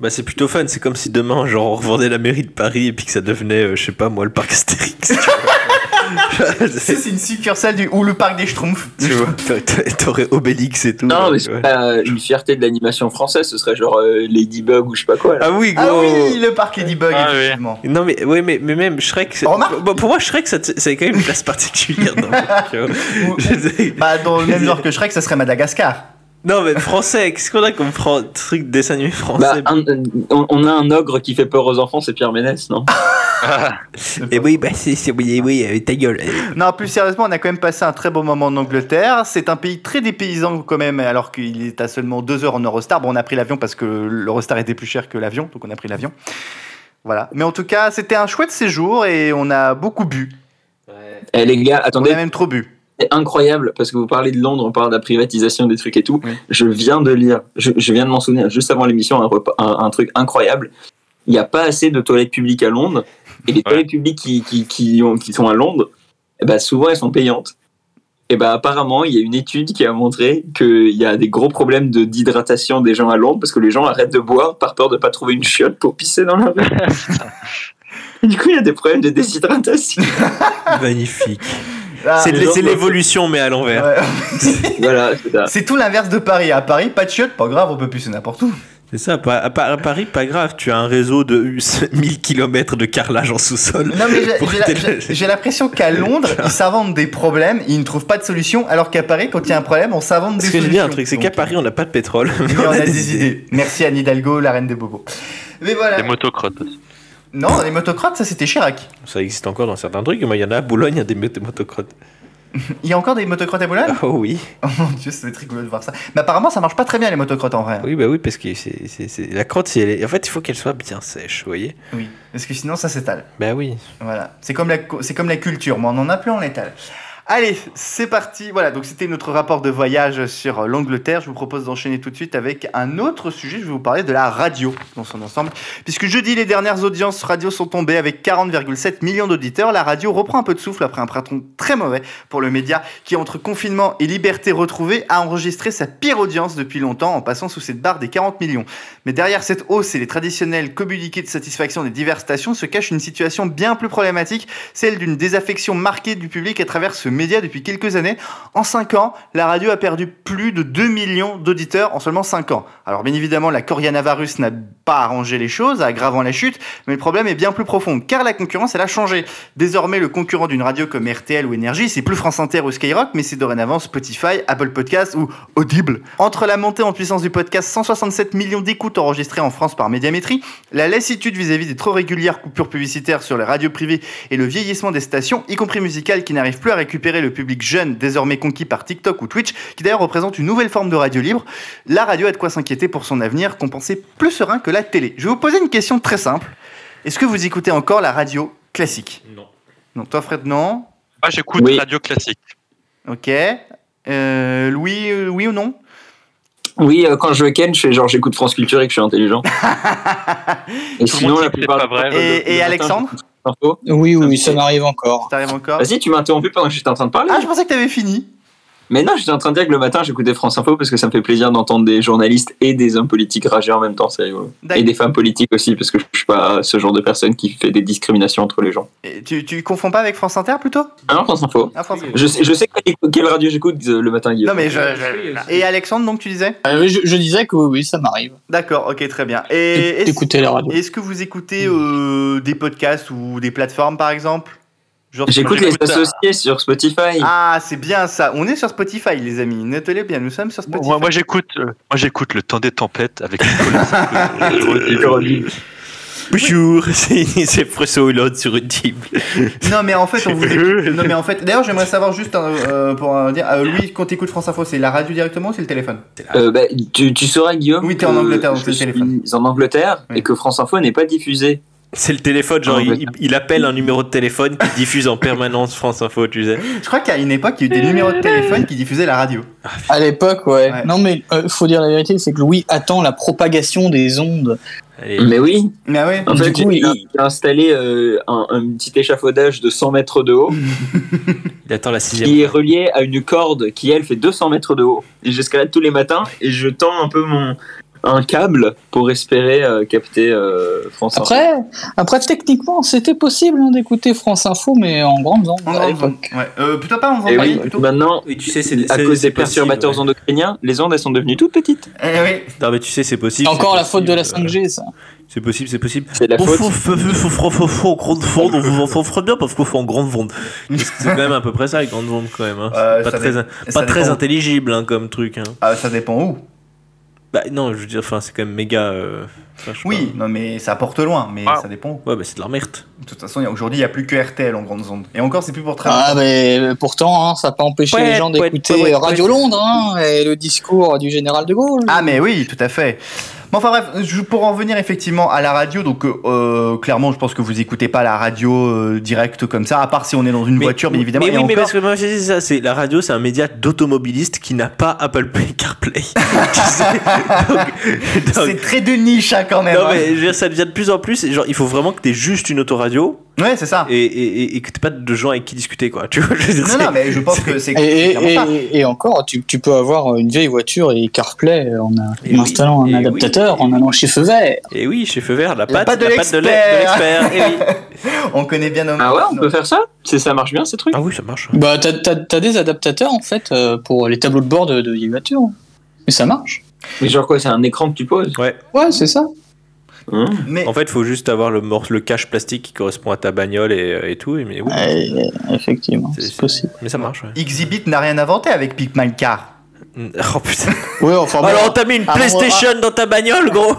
S9: Bah, c'est plutôt fun. C'est comme si demain, genre, on revendait la mairie de Paris et puis que ça devenait, euh, je sais pas moi, le parc Astérix. tu vois.
S1: Ça, c'est une succursale du ou le parc des Schtroumpfs.
S9: Tu vois, t'a- t'a- t'aurais Obélix et tout. euh,
S2: Non, mais
S9: ouais.
S2: c'est pas euh, une fierté de l'animation française, ce serait genre euh, Ladybug ou je sais pas quoi. là.
S9: Ah oui,
S1: Ah
S9: gros.
S1: oui, le parc Ladybug,
S6: Ah oui.
S1: effectivement.
S9: Non, mais, ouais, mais, mais même Shrek. c'est-
S1: Remarque.
S9: Bon, pour moi, Shrek, ça, ça a quand même une place particulière. Dans le truc, tu vois. Je-
S1: Bah, dans le même genre que Shrek, ça serait Madagascar.
S9: non, mais français, qu'est-ce qu'on a comme fran- truc dessin animé
S2: Bah,
S9: français
S2: un- on, on a un ogre qui fait peur aux enfants, c'est Pierre Ménès, non
S9: Et oui, bah, c'est. c'est- Oui, oui, euh, ta gueule.
S1: Non, plus sérieusement, on a quand même passé un très bon moment en Angleterre. C'est un pays très dépaysant quand même, alors qu'il est à seulement deux heures en Eurostar. Bon, on a pris l'avion parce que l'Eurostar était plus cher que l'avion, donc on a pris l'avion. Voilà. Mais en tout cas, c'était un chouette séjour et on a beaucoup bu.
S2: Eh les gars,
S1: On a
S2: attendez,
S1: même trop bu.
S2: c'est incroyable parce que vous parlez de Londres, on parle de la privatisation des trucs et tout.
S1: Oui.
S2: Je viens de lire, je, je viens de m'en souvenir juste avant l'émission, un, repas- un- un truc incroyable. Il n'y a pas assez de toilettes publiques à Londres et les toilettes publiques qui, qui, qui, ont- qui sont à Londres, eh ben, souvent elles sont payantes. Et ben apparemment, il y a une étude qui a montré qu'il y a des gros problèmes de- d'hydratation des gens à Londres parce que les gens arrêtent de boire par peur de pas trouver une chiotte pour pisser dans la rue. Et du coup, il y a des problèmes de déshydratation.
S9: Magnifique.
S1: Ah,
S9: C'est
S2: les gens
S9: c'est
S2: doivent-
S9: l'évolution, mais à l'envers.
S1: ouais.
S2: voilà, c'est ça.
S1: C'est tout l'inverse de Paris. À Paris, pas de chiottes, pas grave, on peut pucer n'importe où.
S9: C'est ça, pas- à, Pa- à Paris, pas grave, tu as un réseau de 1000 km de carrelage en sous-sol.
S1: Non, mais j'ai-
S9: Pour
S1: j'ai la-
S9: tel-
S1: j'ai j'ai l'impression qu'à Londres, ils s'inventent des problèmes, ils ne trouvent pas de solution, alors qu'à Paris, quand il y a un problème, on s'invente des
S9: Ce que
S1: solutions.
S9: je dis, un truc, c'est
S1: Donc,
S9: qu'à Paris, on n'a pas de pétrole.
S1: mais on a des idées. Merci Anne Hidalgo, la reine des bobos. Mais voilà.
S6: Des motocrottes aussi.
S1: Non, les motocrottes, ça c'était Chirac.
S9: Ça existe encore dans certains trucs. Moi, il y en a à Boulogne, il y a des mot- motocrottes.
S1: Il y a encore des motocrottes à Boulogne
S9: Oh oui.
S1: Oh mon dieu, ça va être rigolo de voir ça. Mais apparemment, ça marche pas très bien les motocrottes en vrai.
S9: Oui, bah oui, parce que c'est, c'est- c'est- la crotte, si elle est- en fait, il faut qu'elle soit bien sèche, vous voyez
S1: Oui. Parce que sinon, ça s'étale.
S9: Bah oui.
S1: Voilà, c'est comme la, co- c'est comme la culture, moi on en a plus, on l'étale. Allez, c'est parti. Voilà, donc c'était notre rapport de voyage sur euh, l'Angleterre. Je vous propose d'enchaîner tout de suite avec un autre sujet. Je vais vous parler de la radio dans son ensemble. Puisque jeudi, les dernières audiences radio sont tombées avec 40,7 millions d'auditeurs. La radio reprend un peu de souffle après un printemps très mauvais pour le média qui, entre confinement et liberté retrouvée, a enregistré sa pire audience depuis longtemps en passant sous cette barre des 40 millions. Mais derrière cette hausse et les traditionnels communiqués de satisfaction des diverses stations se cache une situation bien plus problématique, celle d'une désaffection marquée du public à travers ce média depuis quelques années. En 5 ans, la radio a perdu plus de 2 millions d'auditeurs en seulement 5 ans. Alors bien évidemment, la coronavirus n'a pas arrangé les choses, aggravant la chute, mais le problème est bien plus profond, car la concurrence, elle a changé. Désormais, le concurrent d'une radio comme RTL ou Énergie, c'est plus France Inter ou Skyrock, mais c'est dorénavant Spotify, Apple Podcasts ou Audible. Entre la montée en puissance du podcast, 167 millions d'écoutes enregistrées en France par Médiamétrie, la lassitude vis-à-vis des trop régulières coupures publicitaires sur les radios privées et le vieillissement des stations, y compris musicales, qui n'arrivent plus à récupérer le public jeune désormais conquis par TikTok ou Twitch, qui d'ailleurs représente une nouvelle forme de radio libre, la radio a de quoi s'inquiéter pour son avenir, qu'on pensait plus serein que la télé. Je vais vous poser une question très simple. Est-ce que vous écoutez encore la radio classique
S7: Non.
S1: Non, toi Fred, non
S6: Moi, j'écoute radio classique.
S1: Ok. Euh, Louis, euh, oui ou non
S2: Oui, euh, quand je week-end, je fais genre j'écoute France Culture et que je suis intelligent. et sinon, la plupart du temps, le- le
S1: Et, et
S2: matin,
S1: Alexandre
S8: Oui, oui, ça m'arrive encore.
S1: T'arrives encore
S2: Vas-y, Ah tu m'as interrompu pendant que j'étais en train de parler.
S1: Ah, je pensais que t'avais fini.
S2: Mais non, j'étais en train de dire que le matin, j'écoutais France Info parce que ça me fait plaisir d'entendre des journalistes et des hommes politiques rager en même temps, c'est rigolo.
S1: D'accord.
S2: Et des femmes politiques aussi, parce que je suis pas ce genre de personne qui fait des discriminations entre les gens.
S1: Et tu, tu confonds pas avec France Inter plutôt
S2: Ah non, France Info.
S1: Ah, France Info.
S2: Je sais, je sais quelle, quelle radio j'écoute euh, le matin, Guillaume.
S1: Non mais je, je- Et Alexandre, donc tu disais
S8: je, je disais que Ah, oui, oui, ça m'arrive.
S1: D'accord, ok, très bien. Et est-ce,
S8: Écoutez la radio.
S1: est-ce que vous écoutez euh, des podcasts ou des plateformes par exemple Genre,
S2: J'écoute
S1: moi,
S2: les associés sur Spotify.
S1: euh, Ah, c'est bien ça. On est sur Spotify, les amis. Notez-le bien, nous sommes sur Spotify.
S6: Moi, moi, j'écoute, euh, moi, j'écoute le temps des tempêtes avec Nicolas
S9: Bonjour, c'est c'est Fresso Hollande sur une table.
S1: Non mais en fait, on vous écoute- Non mais en fait, d'ailleurs, j'aimerais savoir juste hein, euh, pour euh, dire, euh, Louis, quand t'écoutes France Info, c'est la radio directement ou c'est le téléphone
S2: Euh, bah, tu, tu sauras, Guillaume.
S1: Oui, t'es en
S2: que
S1: Angleterre, donc
S2: je
S1: c'est le
S2: suis
S1: téléphone.
S2: en Angleterre et que France Info n'est pas diffusée.
S9: C'est le téléphone,
S2: Ah,
S9: genre, il, il appelle un numéro de téléphone qui diffuse en permanence France Info, tu sais.
S1: Je crois qu'à une époque, il y a eu des numéros de téléphone qui diffusaient la radio.
S8: À l'époque, ouais. Non, mais euh, faut dire la vérité, c'est que Louis attend la propagation des ondes.
S2: Mais oui.
S1: Mais ouais.
S2: En
S8: Du
S2: fait,
S8: coup,
S2: j'ai
S8: il-
S2: j'ai installé euh, un, un petit échafaudage de 100 mètres de haut
S9: Il attend la sixième.
S2: qui est relié à une corde qui, elle, fait 200 mètres de haut. Et j'escalade tous les matins et je tends un peu mon un câble pour espérer euh, capter euh, France Info.
S8: Après, après techniquement, c'était possible hein, d'écouter France Info, mais en grande ondes à l'époque. Eh
S1: Ouais. Euh, plutôt pas en
S2: Et
S1: vendredi.
S2: oui, maintenant,
S9: tu sais, c'est-
S2: à cause
S9: c'est- c'est
S2: des
S9: possible,
S2: perturbateurs
S9: ouais.
S2: endocriniens, les ondes elles sont devenues toutes petites.
S1: Eh oui.
S9: Non, mais tu sais, c'est
S8: C'est
S9: possible.
S8: encore
S9: c'est
S8: la faute de la
S9: possible,
S8: 5G, ça.
S9: euh, C'est possible, c'est possible.
S2: C'est la
S9: On
S2: faute.
S9: fait- fait- fait- fait- fait- fait- fait en grande fonde, on vous en fait- fait bien parce qu'on fait en grande fonde. Parce que C'est quand même à peu près ça, les grandes fondes, quand même. hein. C'est
S1: Euh,
S9: pas
S1: ça
S9: très,
S1: dé-
S9: in-
S1: ça
S9: pas très
S1: dépend.
S9: intelligible hein, comme truc. hein.
S1: Ah, ça dépend où.
S9: Bah non, je veux dire, enfin, c'est quand même méga. euh, enfin, je sais
S1: Oui, non mais ça porte loin, mais
S9: Ah.
S1: ça dépend où.
S9: pas. Ouais, bah c'est de la merde.
S1: De toute façon, il y a- aujourd'hui, il n'y a plus que RTL en grande ondes. Et encore, c'est plus pour très
S8: Ah,
S1: longtemps.
S8: mais pourtant, hein, ça n'a pas empêché
S1: Ouais,
S8: les gens
S1: ouais,
S8: d'écouter
S1: ouais, ouais,
S8: Radio
S1: ouais.
S8: Londres hein, et le discours du général de Gaulle.
S1: Ah mais oui, tout à fait. Mais enfin bref, je- pour en venir effectivement à la radio, donc euh, euh, clairement, je pense que vous écoutez pas la radio euh, directe comme ça, à part si on est dans une voiture, bien évidemment.
S9: Mais
S1: et
S9: oui, mais
S1: encore-
S9: parce que moi, c'est ça, c'est la radio, c'est un média d'automobiliste qui n'a pas Apple Play CarPlay. Tu sais, donc- donc-
S1: c'est très de niche hein, quand même.
S9: non,
S1: hein.
S9: mais je veux dire, ça devient de plus en plus. et Genre, il faut vraiment que t'aies juste une autoradio.
S1: Ouais, c'est ça.
S9: Et, et, et- et que t'aies pas de gens avec qui discuter, quoi. Tu vois, je veux dire,
S1: Non,
S9: c'est-
S1: non, mais je pense que c'est.
S8: Et, et-
S1: c'est clairement ça.
S8: et- et encore, tu, tu peux avoir une vieille voiture et CarPlay en, en installant un adaptateur, en allant chez Feu Vert.
S9: Et oui, chez Feu Vert, la pâte,
S1: patte de
S9: la patte de lait- de l'expert. eh oui.
S1: On connaît bien nos.
S2: Ah ouais, on
S1: nos-
S2: peut faire ça C'est- Ça marche bien ces trucs
S9: Ah oui, ça marche.
S8: Bah, t'as as, des adaptateurs en fait euh, pour les tableaux de bord de, de vieilles voitures. Mais ça marche.
S2: Mais genre quoi, c'est un écran que tu poses
S9: Ouais.
S8: Ouais, c'est ça.
S2: Hein
S1: Mais
S9: En fait, faut juste avoir le, morse, le cache plastique qui correspond à ta bagnole et, et tout. et- Mais, oui,
S8: Ouais, effectivement,
S9: c'est-
S8: c'est
S9: c'est-
S8: possible.
S9: mais ça marche, ouais.
S1: Xibit n'a rien inventé avec Pikmin Car.
S9: Oh putain.
S8: Ouais, enfin, bon,
S9: Alors t'as mis une
S8: à un moment-
S9: PlayStation dans ta bagnole, gros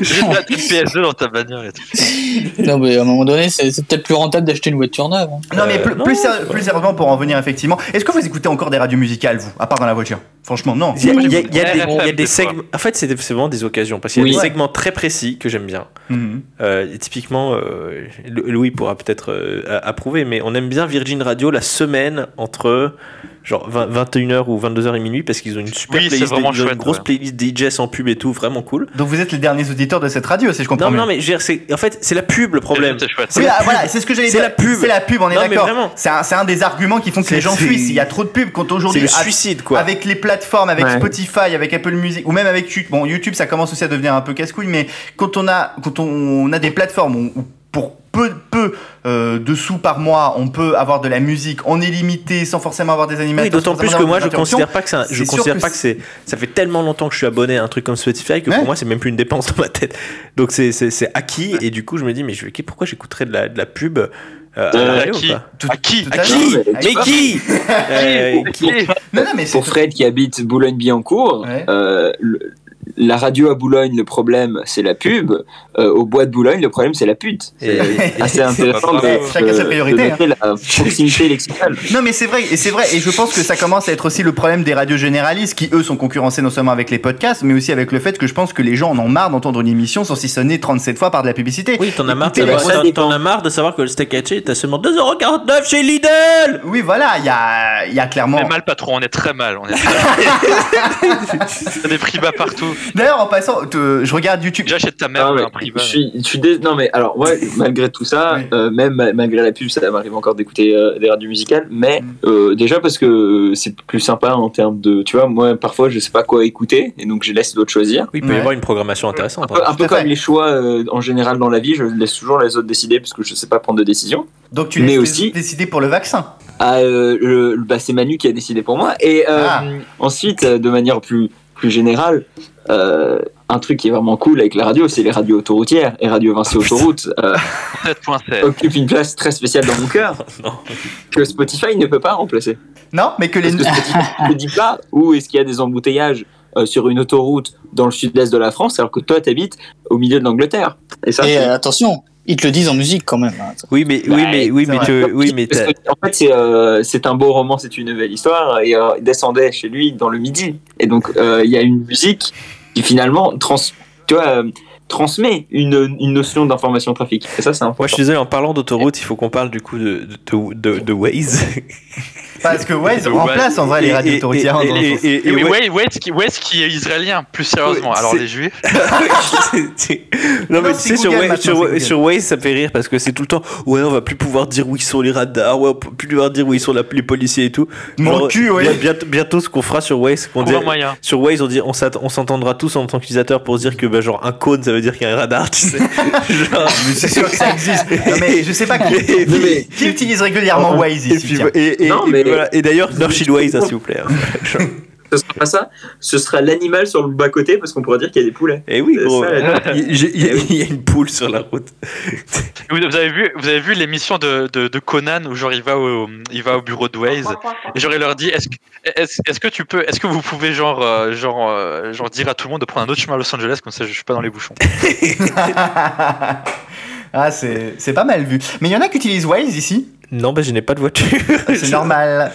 S6: Juste la PS2 E dans ta bagnole et tout.
S8: Non, mais à un moment donné, c'est c'est peut-être plus rentable d'acheter une voiture neuve. hein.
S1: Non, mais plus,
S9: Euh,
S1: plus ser- plus sérieusement, pour en revenir effectivement, est-ce que vous écoutez encore des radios musicales, vous, à part dans la voiture Franchement, non.
S9: Il y a, il y a- il y a des,
S6: RFM,
S9: il y a des
S6: des fois.
S9: segments. En fait, c'est c'est vraiment des occasions parce qu'il y a
S8: Oui.
S9: des
S8: Ouais.
S9: segments très précis que j'aime bien.
S1: Mhm.
S9: Euh, et typiquement, euh, Lou- Louis pourra peut-être euh, a- approuver, mais on aime bien Virgin Radio la semaine entre genre 20 21h ou 22h et minuit parce qu'ils ont une super
S6: Oui, c'est
S9: playlist,
S6: vraiment
S9: ils ont une
S6: chouette,
S9: grosse
S6: ouais.
S9: playlist DJ sans pub et tout, vraiment cool.
S1: Donc vous êtes les derniers auditeurs de cette radio, si je comprends
S9: Non,
S1: bien.
S9: non, mais je veux dire, c'est- en fait, c'est la pub le problème.
S6: C'est chouette.
S9: c'est
S1: Oui,
S9: la
S1: ah,
S9: pub.
S1: voilà, c'est ce que j'allais
S9: C'est
S1: dire.
S9: la pub.
S1: C'est la pub, on est
S9: Non, mais
S1: d'accord.
S9: vraiment.
S1: C'est un, c'est un des arguments qui font que les
S9: C'est-
S1: gens
S9: c'est-
S1: fuissent. Il y a trop de pubs quand
S9: C'est
S1: aujourd'hui.
S9: le
S1: à-
S9: suicide quoi.
S1: Avec les plateformes, avec
S2: Ouais.
S1: Spotify, avec Apple Music, ou même avec YouTube. Bon, YouTube, ça commence aussi à devenir un peu casse-couille, mais quand on a, quand on a des plateformes où, où pour peu, peu euh, de sous par mois, on peut avoir de la musique en illimité sans forcément avoir des animations.
S9: Oui, d'autant
S1: sans
S9: plus que
S1: avoir
S9: moi,
S1: des
S9: je
S1: interruptions.
S9: considère pas que ça, je
S1: C'est sûr
S9: considère
S1: que
S9: pas que c'est, ça fait tellement longtemps que je suis abonné à un truc comme Spotify que
S1: Ouais.
S9: pour moi, c'est même plus une dépense dans ma tête. Donc c'est, c'est, c'est acquis et du coup, je me dis, mais je vais- pourquoi j'écouterais de la, de la pub euh, à la
S6: à
S9: radio,
S6: qui
S9: quoi
S1: Tout-
S6: À qui
S1: tout
S6: À
S1: à
S6: qui
S9: Qui
S1: l'heure.
S9: Mais qui Euh,
S6: Qui
S1: Non, non, mais c'est
S2: Pour Fred qui habite Boulogne-Billancourt,
S1: Ouais.
S2: euh, le- la radio à Boulogne, le problème c'est la pub. Euh, au bois de Boulogne, le problème c'est la pute. Ah,
S9: Et-
S2: C'est assez intéressant de,
S6: Bravo.
S1: Chacun sa
S2: de-
S1: priorité, hein.
S2: de noter la proximité lexicale.
S1: Non mais c'est vrai et c'est vrai et je pense que ça commence à être aussi le problème des radios généralistes qui eux sont concurrencés non seulement avec les podcasts mais aussi avec le fait que je pense que les gens en ont marre d'entendre une émission saucissonnée 37 fois par de la publicité.
S9: Oui, t'en as marre,
S1: Écoutez,
S9: t'en as-
S1: les
S9: t'en-
S2: grosses
S9: t'en as marre de savoir que le steak haché est à seulement 2,49€ chez Lidl
S1: Oui voilà, il y a il y a
S6: On
S1: clairement
S6: est mal, patron, on est très mal. On est très mal. Il y a des prix bas partout.
S1: D'ailleurs en passant te- je regarde YouTube.
S6: J'achète ta mère
S2: Ah ouais,
S6: un prix
S2: je
S6: bas.
S2: suis, je suis dés- Non mais alors ouais, malgré tout ça,
S1: Oui.
S2: euh, même ma- malgré la pub, ça m'arrive encore d'écouter euh, des radios musicales. Mais
S1: Mm.
S2: euh, déjà parce que euh, c'est plus sympa en termes de, tu vois, moi parfois je sais pas quoi écouter et donc je laisse l'autre choisir.
S9: Oui, il peut
S1: Ouais.
S9: y avoir une programmation intéressante.
S2: Un peu,
S9: hein.
S2: un peu
S1: Tout à
S2: comme
S1: fait.
S2: les choix euh, en général dans la vie, je laisse toujours les autres décider parce que je sais pas prendre de décision.
S1: Donc tu
S2: Mais
S1: laisses
S2: aussi-
S1: décider pour le vaccin.
S2: Ah, euh, le- bah, c'est Manu qui a décidé pour moi. Et euh,
S1: Ah.
S2: ensuite, euh, de manière plus, plus générale, euh, un truc qui est vraiment cool avec la radio, c'est les radios autoroutières et Radio Vinci Autoroute euh,
S6: 7.7.
S2: occupe une place très spéciale dans mon cœur
S9: Non.
S2: que Spotify ne peut pas remplacer.
S1: Non mais que les
S2: Parce que Spotify ne dit pas où est-ce qu'il y a des embouteillages euh, sur une autoroute dans le sud-est de la France, alors que toi, t'habites au milieu de l'Angleterre. Et ça,
S8: Et
S2: c'est-
S8: euh, attention, ils te le disent en musique quand même. hein.
S9: Oui, mais, oui, mais, oui,
S1: c'est
S9: mais,
S1: vrai.
S9: tu- oui, mais
S2: Parce
S9: t'as-
S2: que, en fait, c'est euh, c'est un beau roman, c'est une nouvelle histoire. Et euh, il descendait chez lui dans le midi. Et donc, euh, il y a une musique qui finalement trans, tu vois, euh, transmet une, une notion d'information trafic. Et ça, c'est important.
S9: Moi, je suis désolé, en parlant d'autoroute, il faut qu'on parle du coup de, de, de, de Waze.
S1: parce que ouais, ils
S6: Ouais.
S1: remplacent en vrai les
S9: Et-
S1: radios
S9: et-
S1: autoroutières.
S9: et-
S1: dans le
S9: et-
S1: sens.
S9: et- et-
S6: Et oui,
S9: ouais.
S6: ouais, ouais, est-ce qui, ouais, est-ce qui est israélien, plus sérieusement.
S9: Ouais,
S6: Alors
S9: c'est-
S6: les juifs,
S9: non, mais
S1: Non, c'est
S9: tu sais, sur,
S1: Google
S9: Waze,
S1: maintenant,
S9: sur,
S1: c'est
S9: Wa-
S1: Google.
S9: sur Waze, ça fait rire parce que c'est tout le temps Ouais, on va plus pouvoir dire où ils sont les radars, ouais, on peut plus pouvoir dire où ils sont la- les policiers et tout.
S1: Mon cul, ouais.
S9: bien- bientôt, bientôt, ce qu'on fera sur Waze, c'est qu'on
S6: on
S9: dit.
S6: voit moyen.
S9: Sur Waze, on, dit, on, s'att- on s'entendra tous en tant qu'utilisateur pour se dire que bah, genre un cône ça veut dire qu'il y a un radar, tu sais. Genre-
S1: C'est sûr que ça existe. Non, mais je sais pas qui,
S9: Et puis-
S1: qui utilise régulièrement Waze
S9: et
S1: ici.
S9: puis-
S1: tiens.
S9: et- et-
S2: Non,
S9: et
S2: mais-
S9: voilà. Et d'ailleurs, Norshid Waze, hein, s'il vous plaît. hein.
S2: Ce sera pas ça. Ce sera l'animal sur le bas-côté parce qu'on pourrait dire qu'il y a des poulets.
S9: Et Eh oui,
S2: C'est
S9: gros.
S2: ça, la-
S9: Il j'ai- il y, a- il y a une poule sur la route.
S6: Et Vous vous avez vu, vous avez vu l'émission de, de, de Conan où genre il va au, il va au bureau de Waze et genre il leur dit est-ce que est-ce est-ce que tu peux est-ce que vous pouvez genre euh, genre euh, genre dire à tout le monde de prendre un autre chemin à Los Angeles comme ça je suis pas dans les bouchons.
S1: ah, c'est c'est pas mal vu. Mais il y en a qui utilisent Waze ici.
S9: Non, bah, je n'ai pas de voiture.
S1: Ah, C'est normal.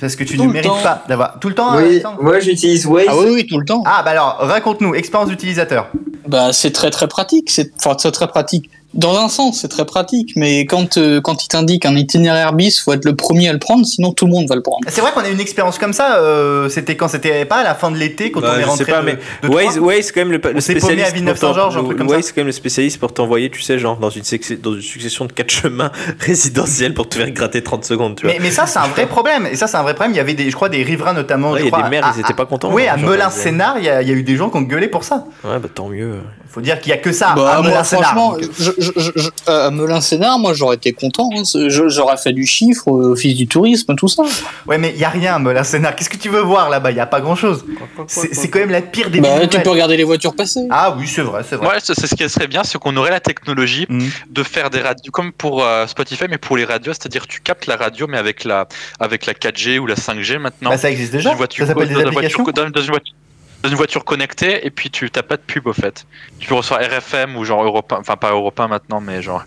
S1: Parce que tu
S8: Tout
S1: ne
S8: le
S1: mérites
S8: temps.
S1: pas d'avoir. Tout le temps,
S2: Oui,
S1: Alexandre
S2: moi, j'utilise Waze.
S8: Ah oui, oui, tout le temps.
S1: Ah, bah alors, raconte-nous, expérience d'utilisateur.
S8: Bah, c'est très très pratique. C'est enfin, c'est très pratique. Dans un sens, c'est très pratique, mais quand euh, quand ils t'indiquent un itinéraire bis, faut être le premier à le prendre, sinon tout le monde va le prendre.
S1: C'est vrai qu'on a eu une expérience comme ça, euh, c'était quand c'était pas à la fin de l'été, quand
S9: Bah,
S1: on est
S9: je
S1: rentré.
S9: sais pas,
S1: de-
S9: mais
S1: de
S9: Waze,
S1: Troyes.
S9: Waze, quand même, le, pa-
S1: On
S9: le
S1: s'est paumé
S9: spécialiste.
S1: à Villeneuve-Saint-Georges, un truc comme
S9: Waze,
S1: ça.
S9: quand même, le spécialiste pour t'envoyer, tu sais, genre, dans une, sex- dans une succession de quatre chemins résidentiels pour te faire gratter 30 secondes, tu vois.
S1: mais, mais ça, c'est un vrai problème. Et ça, c'est un vrai problème. Il y avait des, je crois, des riverains notamment.
S9: Ouais,
S1: je
S9: il y a
S1: crois,
S9: des maires,
S1: à-
S9: ils étaient pas contents. hein,
S1: Oui, à
S9: Genre,
S1: Melun-Sénard, il y, a il y a eu des gens qui ont gueulé pour ça.
S9: Ouais, bah tant mieux.
S1: Faut dire qu'il y a que ça
S8: Bah,
S1: à
S8: moi,
S1: Melun-Sénard.
S8: franchement,
S1: Ah, donc.
S8: je, je- je- je- à Melun Sénard, moi j'aurais été content. hein. Je- J'aurais fait du chiffre, euh, office du tourisme, tout ça.
S1: Ouais, mais il y a rien, Melun Sénard. Qu'est-ce que tu veux voir là-bas Il y a pas grand-chose. C'est c'est quand même la pire des villes
S8: Bah, tu
S1: nouvelles.
S8: peux regarder les voitures passer.
S1: Ah oui, c'est vrai, c'est vrai.
S6: Ouais, c'est c'est ce qui serait bien, c'est qu'on aurait la technologie de faire des radios comme pour euh, Spotify, mais pour les radios, c'est-à-dire tu captes la radio, mais avec la avec la 4G ou la 5G maintenant.
S1: Bah, ça existe déjà.
S6: Une voiture-
S1: Ça s'appelle des
S6: dans une
S1: applications
S6: voiture- dans, dans une voiture- dans une voiture connectée, et puis tu t'as pas de pub au fait. Tu peux recevoir RFM ou genre Europe 1, enfin pas Europe 1 maintenant, mais genre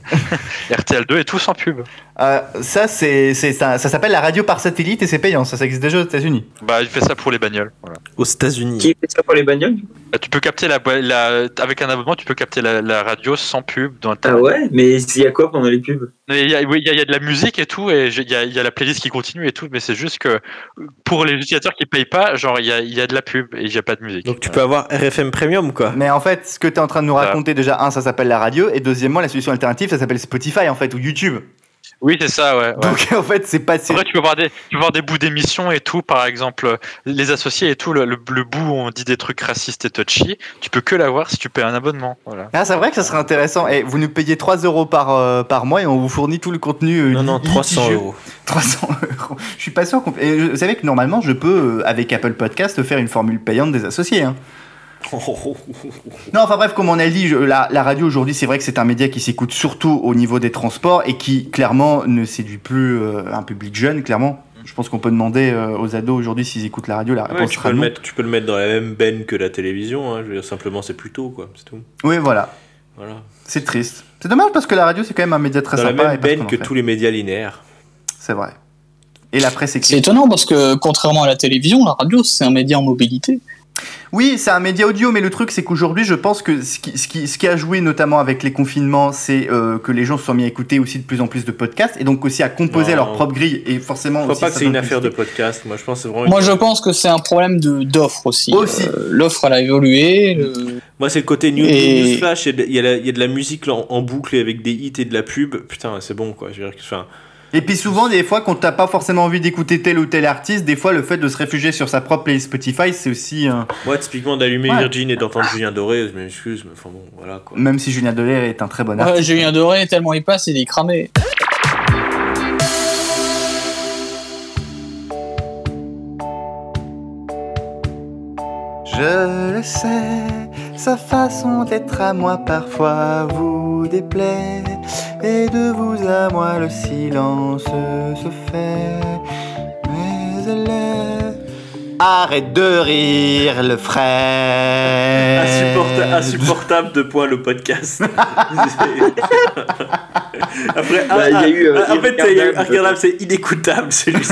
S6: RTL2 et tout sans pub.
S1: Euh, ça, c'est c'est- ça, ça s'appelle la radio par satellite et c'est payant. Ça, ça existe déjà aux États-Unis.
S6: Bah, il fait ça pour les bagnoles. Voilà.
S9: Aux États-Unis.
S2: Qui fait ça pour les bagnoles
S6: Bah, Tu peux capter la, boi- la avec un abonnement, tu peux capter la, la radio sans pub dans ta.
S2: Ah ouais Mais il y a quoi pendant les pubs
S6: Mais il y, a- oui, il y a- il y a de la musique et tout, et j'ai- il y a, il y a la playlist qui continue et tout, mais c'est juste que pour les utilisateurs qui payent pas, genre il y a, il y a de la pub et il n'y a pas de musique.
S9: Donc tu peux avoir RFM Premium, quoi.
S1: Mais en fait, ce que tu es en train de nous raconter, déjà, un, ça s'appelle la radio, et deuxièmement, la solution alternative, ça s'appelle Spotify, en fait, ou YouTube.
S6: Oui, c'est ça, ouais. ouais.
S1: Donc, en fait, c'est pas.
S6: Après, tu peux voir des, tu peux voir des bouts d'émissions et tout, par exemple, les associés et tout, le, le- le bout où on dit des trucs racistes et touchy, tu peux que l'avoir si tu payes un abonnement. Voilà.
S1: Ah, c'est vrai que ça serait intéressant. Et vous nous payez 3 euros par, euh, par mois et on vous fournit tout le contenu. euh,
S9: non,
S1: litigieux.
S9: 300 euros.
S1: 300 euros. Je suis pas sûr qu'on. et je- Vous savez que normalement, je peux, euh, avec Apple Podcast, faire une formule payante des associés. hein. Non, enfin bref, comme on a dit, je- la, la radio aujourd'hui, c'est vrai que c'est un média qui s'écoute surtout au niveau des transports et qui clairement ne séduit plus euh, un public jeune, clairement. Je pense qu'on peut demander euh, aux ados aujourd'hui s'ils écoutent la radio, la
S9: Ouais,
S1: réponse
S9: tu,
S1: sera
S9: peux le
S1: non.
S9: mettre, tu peux le mettre dans la même benne que la télévision, hein, je veux dire, simplement c'est plus tôt, quoi, c'est tout.
S1: Oui, voilà.
S9: Voilà.
S1: C'est triste. C'est dommage parce que la radio, c'est quand même un média très
S9: dans
S1: sympa.
S9: la
S1: et
S9: même
S1: parce
S9: benne
S1: qu'on en
S9: que
S1: fait.
S9: tous les médias linéaires.
S1: C'est vrai. Et la presse écrite.
S8: C'est étonnant parce que contrairement à la télévision, la radio c'est un média en mobilité.
S1: Oui, c'est un média audio, mais le truc, c'est qu'aujourd'hui, je pense que ce qui, ce, qui, ce qui a joué notamment avec les confinements, c'est euh, que les gens se sont mis à écouter aussi de plus en plus de podcasts et donc aussi à composer
S9: Non.
S1: leur propre grille. Et forcément,
S9: Je crois
S1: aussi,
S9: pas que
S1: ça
S9: c'est une
S1: donne plus
S9: affaire de podcast, moi je pense que c'est vraiment. une-
S8: Moi je pense que c'est un problème de- d'offre aussi.
S9: Aussi.
S8: Euh, L'offre elle a évolué. Euh, le-
S9: Moi c'est le côté new,
S8: Et-
S9: newsflash, il y a de- il y, a la- il y a de la musique en, en boucle et avec des hits et de la pub, putain c'est bon quoi, je veux dire, que- enfin,
S1: Et puis souvent, des fois, quand t'as pas forcément envie d'écouter tel ou tel artiste, des fois, le fait de se réfugier sur sa propre playlist Spotify, c'est aussi. un-
S9: Moi, typiquement, d'allumer
S1: Ouais.
S9: Virgin et d'entendre Julien Doré, je m'excuse, mais enfin bon, voilà quoi.
S1: Même si Julien Delay est un très
S9: Ah.
S1: bon
S8: Ouais,
S1: artiste.
S8: Julien Doré tellement il passe il est cramé.
S1: Je le sais, sa façon d'être à moi parfois vous déplaît, et de vous à moi le silence se fait. Mais elle est. Arrête de rire, le frère.
S9: Insupporta- insupportable de poids le podcast. Après,
S2: Bah,
S9: ah,
S2: il y a
S9: ah,
S2: eu, euh,
S9: ah, en fait, il y a eu
S2: Irregardable.
S9: Irregardable, c'est inécoutable celui-ci.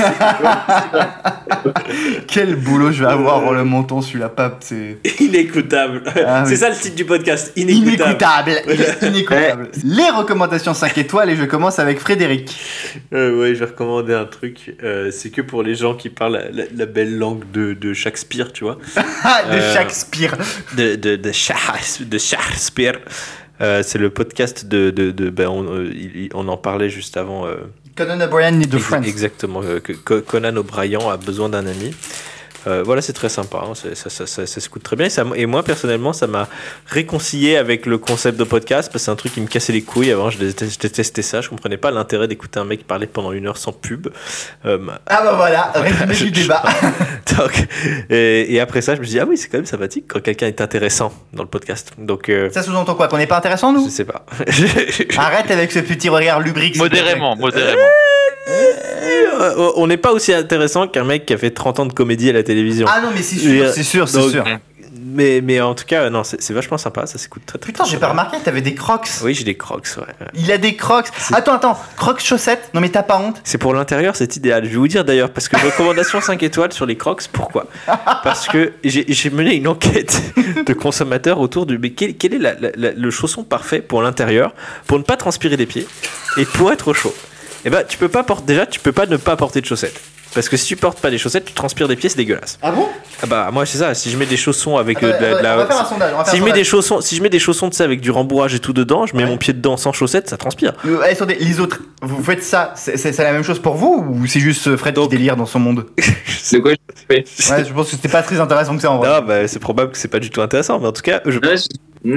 S1: Quel boulot je vais avoir dans le menton, celui-là, pape, c'est.
S9: inécoutable.
S1: Ah,
S9: Euh. c'est
S1: oui.
S9: ça le titre du podcast, inécoutable.
S1: Inécoutable. Il est inécoutable. Les recommandations 5 étoiles et je commence avec Frédéric.
S9: Euh, ouais, je vais recommander un truc. euh, c'est que pour les gens qui parlent la, la- la belle langue de, de Shakespeare, tu vois.
S1: Ah, de
S9: Euh,
S1: Shakespeare.
S9: de, de, de Shakes- de Shakespeare. Euh, c'est le podcast de. de, de- ben, on, euh, il- il- on en parlait juste avant. euh,
S1: Conan O'Brien need a
S9: Ex-
S1: friend.
S9: Exactement, euh, que que Conan O'Brien a besoin d'un ami. Euh, voilà, c'est très sympa, hein, c'est- ça, ça, ça, ça se coûte très bien. Et, ça- et moi, personnellement, ça m'a réconcilié avec le concept de podcast, parce que c'est un truc qui me cassait les couilles avant, je détestais, je détestais ça, je comprenais pas l'intérêt d'écouter un mec parler pendant une heure sans pub. Euh,
S1: Ah bah voilà, résumé
S9: je-
S1: du débat.
S9: donc, et, et après ça, je me suis dit, ah oui, c'est quand même sympathique quand quelqu'un est intéressant dans le podcast. Donc, euh,
S1: Ça sous-entend quoi Qu'on n'est pas intéressant, nous
S9: je sais pas.
S1: Arrête avec ce petit regard lubrique. s'il te plaît.
S6: Modérément, modérément.
S9: Euh, on n'est pas aussi intéressant qu'un mec qui a fait 30 ans de comédie à la télévision.
S1: Ah non, mais c'est
S9: Je veux
S1: sûr,
S9: dire,
S1: c'est sûr, c'est
S9: euh, donc,
S1: sûr.
S9: Mais, mais en tout cas, euh, non, c'est c'est vachement sympa, ça s'écoute très très
S1: Putain,
S9: très
S1: j'ai
S9: sympa.
S1: pas remarqué, t'avais des crocs.
S9: Oui, j'ai des crocs, ouais.
S1: Il a des crocs. Attends, attends, crocs chaussettes Non mais t'as pas honte
S9: C'est pour l'intérieur, c'est idéal. Je vais vous dire d'ailleurs, parce que recommandation 5 étoiles sur les crocs, pourquoi Parce que j'ai j'ai mené une enquête de consommateurs autour du. Mais quel, quel est la- la- la- le chausson parfait pour l'intérieur, pour ne pas transpirer des pieds et pour être au chaud Eh ben, tu peux pas porter. Déjà, tu peux pas ne pas porter de chaussettes. Parce que si tu portes pas des chaussettes, tu transpires des pieds, c'est dégueulasse.
S1: Ah bon
S9: Ah bah moi c'est ça, si je mets des chaussons avec euh,
S1: Attends,
S9: de la- de la-
S1: attends, Ah bah, on va faire un sondage, on va faire
S9: si
S1: un
S9: je mets des
S1: sondage.
S9: chaussons, si je mets des chaussons de ça avec du rembourrage et tout dedans, je mets mon pied dedans sans chaussettes, ça transpire.
S1: Euh, Attendez, les autres, vous faites ça, c'est- c'est c'est la même chose pour vous ou c'est juste euh, Fred qui délire dans son monde
S2: C'est quoi je fais
S1: Ouais, je pense que c'était pas très intéressant que ça en vrai.
S9: Non, bah c'est probable que c'est pas du tout intéressant, mais en tout cas, je
S2: Ouais, c'est-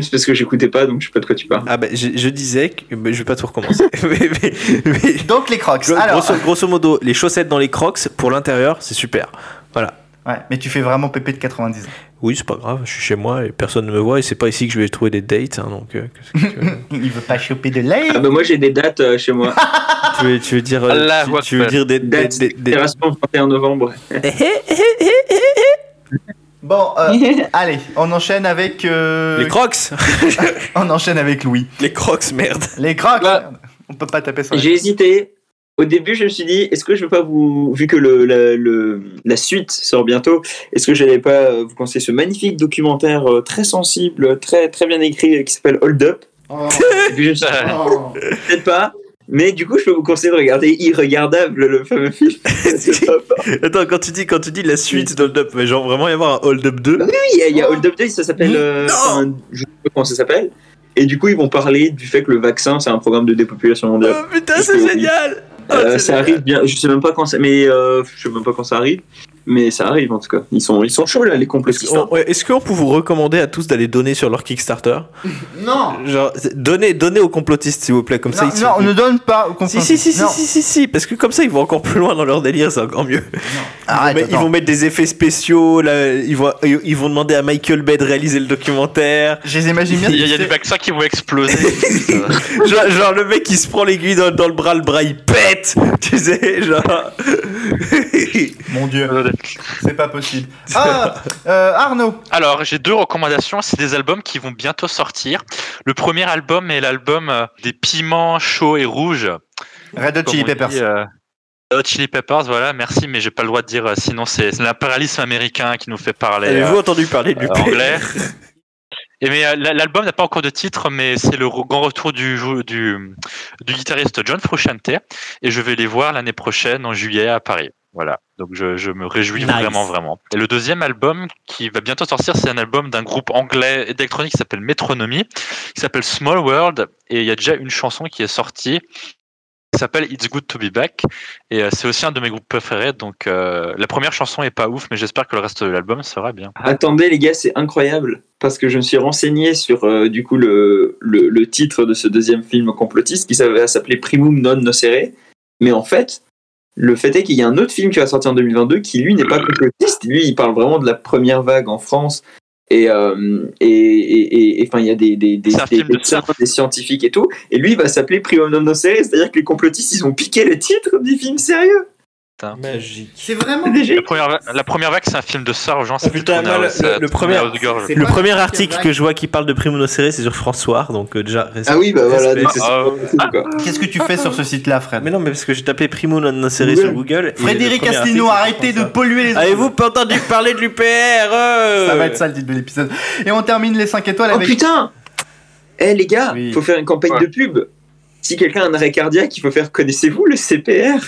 S2: C'est parce que j'écoutais pas, donc je sais pas de quoi tu parles.
S9: Ah bah, je, je disais que bah, je vais pas tout recommencer. Mais- mais- mais-
S1: Donc les crocs.
S9: Gros-
S1: Alors.
S9: grosso, grosso modo, les chaussettes dans les crocs pour l'intérieur, c'est super. Voilà.
S1: Ouais, mais tu fais vraiment pépé de 90.
S9: Oui, c'est pas grave, je suis chez moi et personne ne me voit et c'est pas ici que je vais trouver des dates. hein, donc, euh, qu'est-ce que tu veux
S1: Il veut pas choper de l'ail.
S2: Ah bah moi j'ai des dates euh, chez moi.
S9: tu, veux, tu veux dire, euh,
S2: Allah
S9: tu- tu, veux
S2: Akbar.
S9: dire des, des,
S2: Date
S9: des, des-
S2: d'expiration 31 novembre.
S1: Bon, euh, allez, on enchaîne avec. euh,
S9: les crocs
S1: On enchaîne avec Louis.
S9: Les crocs, merde.
S1: Les crocs. merde. On peut pas taper sur. la-
S2: J'ai hésité. Au début, je me suis dit, est-ce que je vais pas vous, vu que le, la, le- la suite sort bientôt, est-ce que j'allais pas euh, vous conseiller ce magnifique documentaire euh, très sensible, très très bien écrit, euh, qui s'appelle Hold Up Et puis je me suis dit,
S1: Oh.
S2: peut-être pas. Mais du coup, je peux vous conseiller de regarder Irregardable, le fameux film. C'est top.
S9: Attends, quand tu dis, quand tu dis la suite d'Hold Up, mais genre vraiment y avoir un Hold Up 2
S2: Oui, oui, il y a- il y, a Hold Up 2, ça s'appelle. euh, enfin, je sais pas comment ça s'appelle. Et du coup, ils vont parler du fait que le vaccin, c'est un programme de dépopulation mondiale.
S9: Oh putain, c'est
S2: Oui.
S9: génial
S2: Euh, ça arrive bien, je sais même pas quand ça, mais euh, je sais même pas quand ça arrive, mais ça arrive en tout cas. Ils sont, ils sont chauds là, les complotistes.
S9: On- ouais, Est-ce qu'on peut vous recommander à tous d'aller donner sur leur Kickstarter
S1: Non.
S9: Genre, donnez, donnez aux complotistes, s'il vous plaît, comme ça
S1: Non,
S9: ils se-
S1: non, ne donne pas. au
S9: Si, si, si, si,
S1: Non.
S9: si, si, si, parce que comme ça ils vont encore plus loin dans leur délire, c'est encore mieux.
S1: Arrête,
S9: Mais ils
S1: attends.
S9: vont mettre des effets spéciaux, là, ils, vont, euh, ils vont demander à Michael Bay de réaliser le documentaire.
S1: Je les imagine bien.
S6: Il y a, il y a
S1: tu
S6: des
S1: sais.
S6: vaccins qui vont exploser. Euh,
S9: genre, genre, le mec il se prend l'aiguille dans, dans le bras, le bras il pète, tu sais, genre.
S1: Mon dieu, c'est pas possible. Ah, euh, Arnaud.
S6: Alors, j'ai deux recommandations. C'est des albums qui vont bientôt sortir. Le premier album est l'album euh, des piments chauds et rouges.
S1: Red Hot
S6: Comme
S1: Chili
S6: on dit,
S1: Peppers.
S6: euh, Hot Chili Peppers, voilà, merci, mais j'ai pas le droit de dire, euh, sinon c'est c'est l'impérialisme américain qui nous fait parler. euh,
S9: Avez-vous entendu parler du
S6: euh, anglais. Et mais euh, la- l'album n'a pas encore de titre, mais c'est le re- grand retour du, jou- du, du guitariste John Frusciante. Et je vais les voir l'année prochaine, en juillet, à Paris. Voilà. Donc je, je me réjouis
S7: Nice.
S6: vraiment, vraiment. Et le deuxième album qui va bientôt sortir, c'est un album d'un groupe anglais électronique qui s'appelle Metronomy, qui s'appelle Small World. Et il y a déjà une chanson qui est sortie qui s'appelle It's Good to Be Back. Et euh, c'est aussi un de mes groupes préférés. Donc euh, la première chanson est pas ouf, mais j'espère que le reste de l'album sera bien.
S2: Attendez les gars, c'est incroyable parce que je me suis renseigné sur euh, du coup le, le, le titre de ce deuxième film complotiste qui s'avait- s'appelait Primum non nocere, mais en fait le fait est qu'il y a un autre film qui va sortir en 2022 qui lui n'est pas complotiste, lui il parle vraiment de la première vague en France et euh, et et et- et, enfin il y a des des des,
S6: C'est un
S2: des
S6: film de
S2: médecins, des scientifiques et tout et lui il va s'appeler Primum non nocere, c'est-à-dire que les complotistes ils ont piqué le titre du film sérieux.
S9: Magique.
S1: C'est vraiment.
S6: La première, va- la première vague, c'est un film de sort, genre, c'est
S9: putain,
S6: tourné à-
S9: moi, le-
S6: ça a
S9: le- le
S6: tourné
S9: premier-
S6: à Haute-Gorge.
S9: Le premier article que je vois qui parle de Primonocéré, c'est sur François, donc euh, déjà. res-
S2: Ah oui bah voilà
S9: respect.
S2: donc c'est ça. quoi.
S1: Qu'est-ce que tu fais sur ce site-là, Fred
S9: euh, Ah, Mais non, mais parce que j'ai tapé Primo Nocéré
S2: Google.
S9: sur Google. et
S1: Frédéric
S9: le premier
S1: Asselineau,
S9: article,
S1: arrêtez de polluer les.
S9: Avez-vous pas entendu parler de l'UPR euh
S1: Ça va être ça le titre de l'épisode. Et on termine les 5 étoiles
S2: Oh
S1: avec.
S2: putain Eh les gars,
S1: Oui.
S2: faut faire une campagne de pub. Si quelqu'un a un arrêt cardiaque, il faut faire connaissez-vous le CPR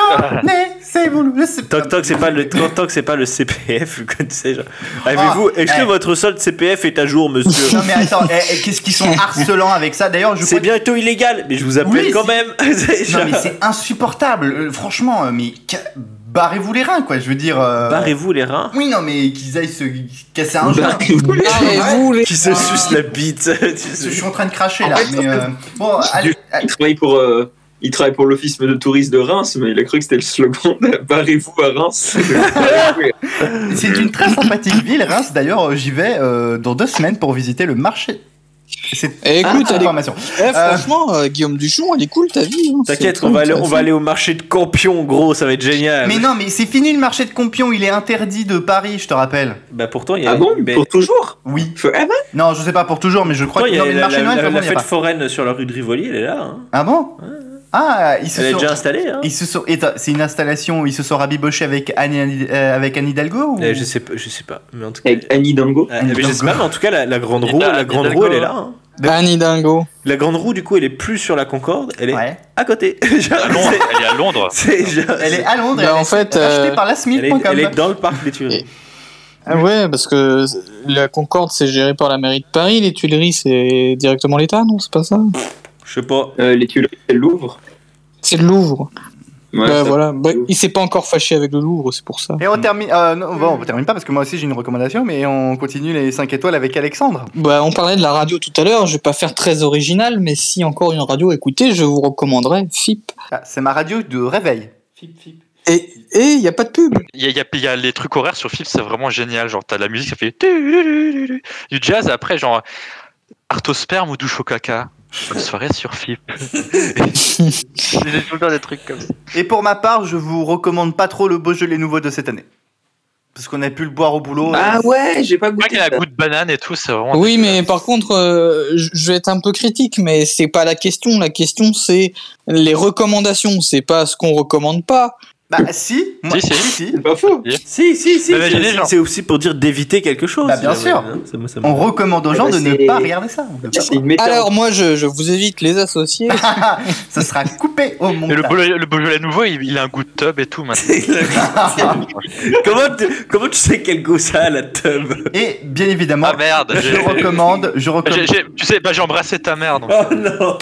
S1: Connaissez-vous le site
S9: Tant, tant que c'est pas le tant, tant que c'est pas le CPF, que tu sais, genre, avez-vous est-ce que
S1: eh.
S9: votre solde CPF est à jour, monsieur
S1: Non mais attends, eh, eh, qu'est-ce qu'ils sont harcelants avec ça D'ailleurs, je
S9: C'est
S1: crois que-
S9: bientôt illégal, mais je vous appelle
S1: Oui,
S9: quand
S1: c'est-
S9: même. C'est genre-
S1: Non mais c'est insupportable, Euh, franchement, euh, mais ca- barrez-vous les reins quoi, je veux dire... euh,
S9: Barrez-vous Bah, les reins.
S1: Oui non mais qu'ils aillent se casser un
S8: bah,
S1: joint.
S2: Barrez-vous les
S1: Ah, ouais.
S9: Qui se suce la bite. tu
S1: Je
S9: sais.
S1: suis en train de cracher là, mais... euh, Bon, allez,
S2: Il travaille pour, euh, il travaille pour l'office de tourisme de Reims, mais il a cru que c'était le slogan de Barrez-vous à Reims.
S1: c'est une très sympathique ville, Reims, d'ailleurs euh, j'y vais euh, dans deux semaines pour visiter le marché. C'est
S8: Et écoute,
S1: Ah,
S8: elle est-
S1: information.
S8: Eh, franchement, euh, Guillaume Duchon, elle est cool ta vie. hein.
S9: T'inquiète,
S8: C'est
S9: on va aller on
S8: intéressant.
S9: va aller au marché de Campion, gros, ça va être génial.
S1: Mais non mais c'est fini le marché de Compion, il est interdit de Paris, je te rappelle.
S9: Bah pourtant il y a
S2: ah bon
S9: mais-
S2: Pour toujours
S1: Oui.
S2: Forever
S1: Non, je sais pas pour toujours, mais je crois
S9: pourtant,
S1: que...
S9: il y
S1: Non
S9: a
S1: mais le
S9: la,
S1: marché de
S9: la-
S1: Noël,
S9: la-
S1: vraiment,
S9: la
S1: il y a
S9: fête
S1: pas.
S9: foraine sur la rue de Rivoli, elle est là. hein.
S1: Ah bon Ah, ils se
S9: Elle est
S1: sont...
S9: déjà installée. Hein.
S1: Ils se sont, et attends, c'est une installation où ils se sont rabibochés avec Anne, euh, avec Anne Hidalgo ou...
S9: Eh, je sais pas, je sais pas, mais en tout cas.
S2: Avec Annie Dango.
S9: Ah, mais je sais pas, mais en tout cas la, la grande roue, la grande roue, elle est là. hein.
S8: Annie Dingo.
S9: La grande roue, du coup, elle est plus sur la Concorde, elle est
S1: Ouais.
S9: à côté.
S6: À Londres, elle est à Londres.
S9: C'est genre-
S1: Elle est à Londres,
S8: Bah,
S1: elle
S8: en
S1: est
S8: fait,
S1: achetée
S8: euh,
S1: par la
S9: elle est-
S1: Smith.com.
S9: elle est dans le parc des Tuileries.
S8: Ah ouais, parce que la Concorde, c'est géré par la mairie de Paris. Les Tuileries, c'est directement l'État, non C'est pas ça
S9: Je sais pas.
S2: Euh, les Tuileries, c'est le Louvre.
S8: C'est le Louvre. Ouais, voilà. Bah, il s'est pas encore fâché avec le Louvre, c'est pour ça.
S1: Et on termine. euh, non, bon, on termine pas parce que moi aussi j'ai une recommandation, mais on continue les 5 étoiles avec Alexandre.
S8: Bah, on parlait de la radio tout à l'heure, je vais pas faire très original, mais si encore une radio à écouter, je vous recommanderais FIP.
S1: Ah, c'est ma radio de réveil.
S8: Et il n'y a pas de pub.
S6: Il y a, il y a- il y a les trucs horaires sur film, c'est vraiment génial. Genre, t'as de la musique, ça fait du jazz, après, genre, arthosperme ou douche au caca. Bonne soirée sur FIP. J'ai tout le temps des trucs comme ça.
S1: Et pour ma part, je vous recommande pas trop le Beaujolais nouveau de cette année. Parce qu'on a pu le boire au boulot. euh,
S6: j'ai pas goûté. Il y a un goût de banane et tout, c'est vraiment.
S8: Oui, mais par contre, euh, je- je vais être un peu critique, mais c'est pas la question. La question, c'est les recommandations. C'est pas ce qu'on recommande pas.
S1: Bah, si.
S6: Si, si,
S1: si.
S6: Pas faux.
S9: Si, si, si.
S8: Mais
S9: c'est-
S8: les gens-
S9: C'est aussi pour dire d'éviter quelque chose.
S1: Bah, bien
S9: là,
S1: sûr.
S9: voilà, hein, ça me- ça me-
S1: On recommande aux gens
S9: Eh ben,
S1: de ne
S9: c'est-
S1: pas regarder ça. On peut pas.
S8: Alors, moi, je, je vous évite les associés.
S1: ça sera coupé au monde.
S6: Et le Beaujolais, le Beaujolais nouveau, il, il a un goût de tub et tout maintenant.
S9: comment, tu, comment tu sais quel goût ça a la tub
S1: Et bien évidemment,
S6: Ah merde,
S1: je
S6: j'ai-
S1: recommande, je recommande.
S6: J'ai- j'ai- tu sais, bah, j'ai embrassé ta
S9: Ah.
S6: mère. Donc.
S1: Oh
S9: non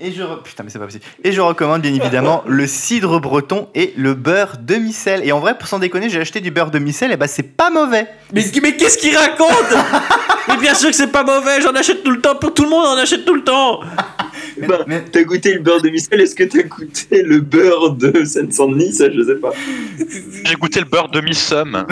S1: Et je re- putain mais c'est pas possible. Et je recommande bien évidemment le cidre breton et le beurre demi sel. Et en vrai, pour sans déconner, j'ai acheté du beurre demi sel et bah c'est pas mauvais.
S9: Mais, mais qu'est-ce qu'il raconte Mais bien sûr que c'est pas mauvais, j'en achète tout le temps, pour tout le monde on en achète tout le temps Eh ben,
S2: Bah, T'as goûté le beurre de Mistral, est-ce que t'as goûté le beurre de Seine-Saint-Denis Ça, je sais pas.
S6: J'ai goûté le beurre demi-somme.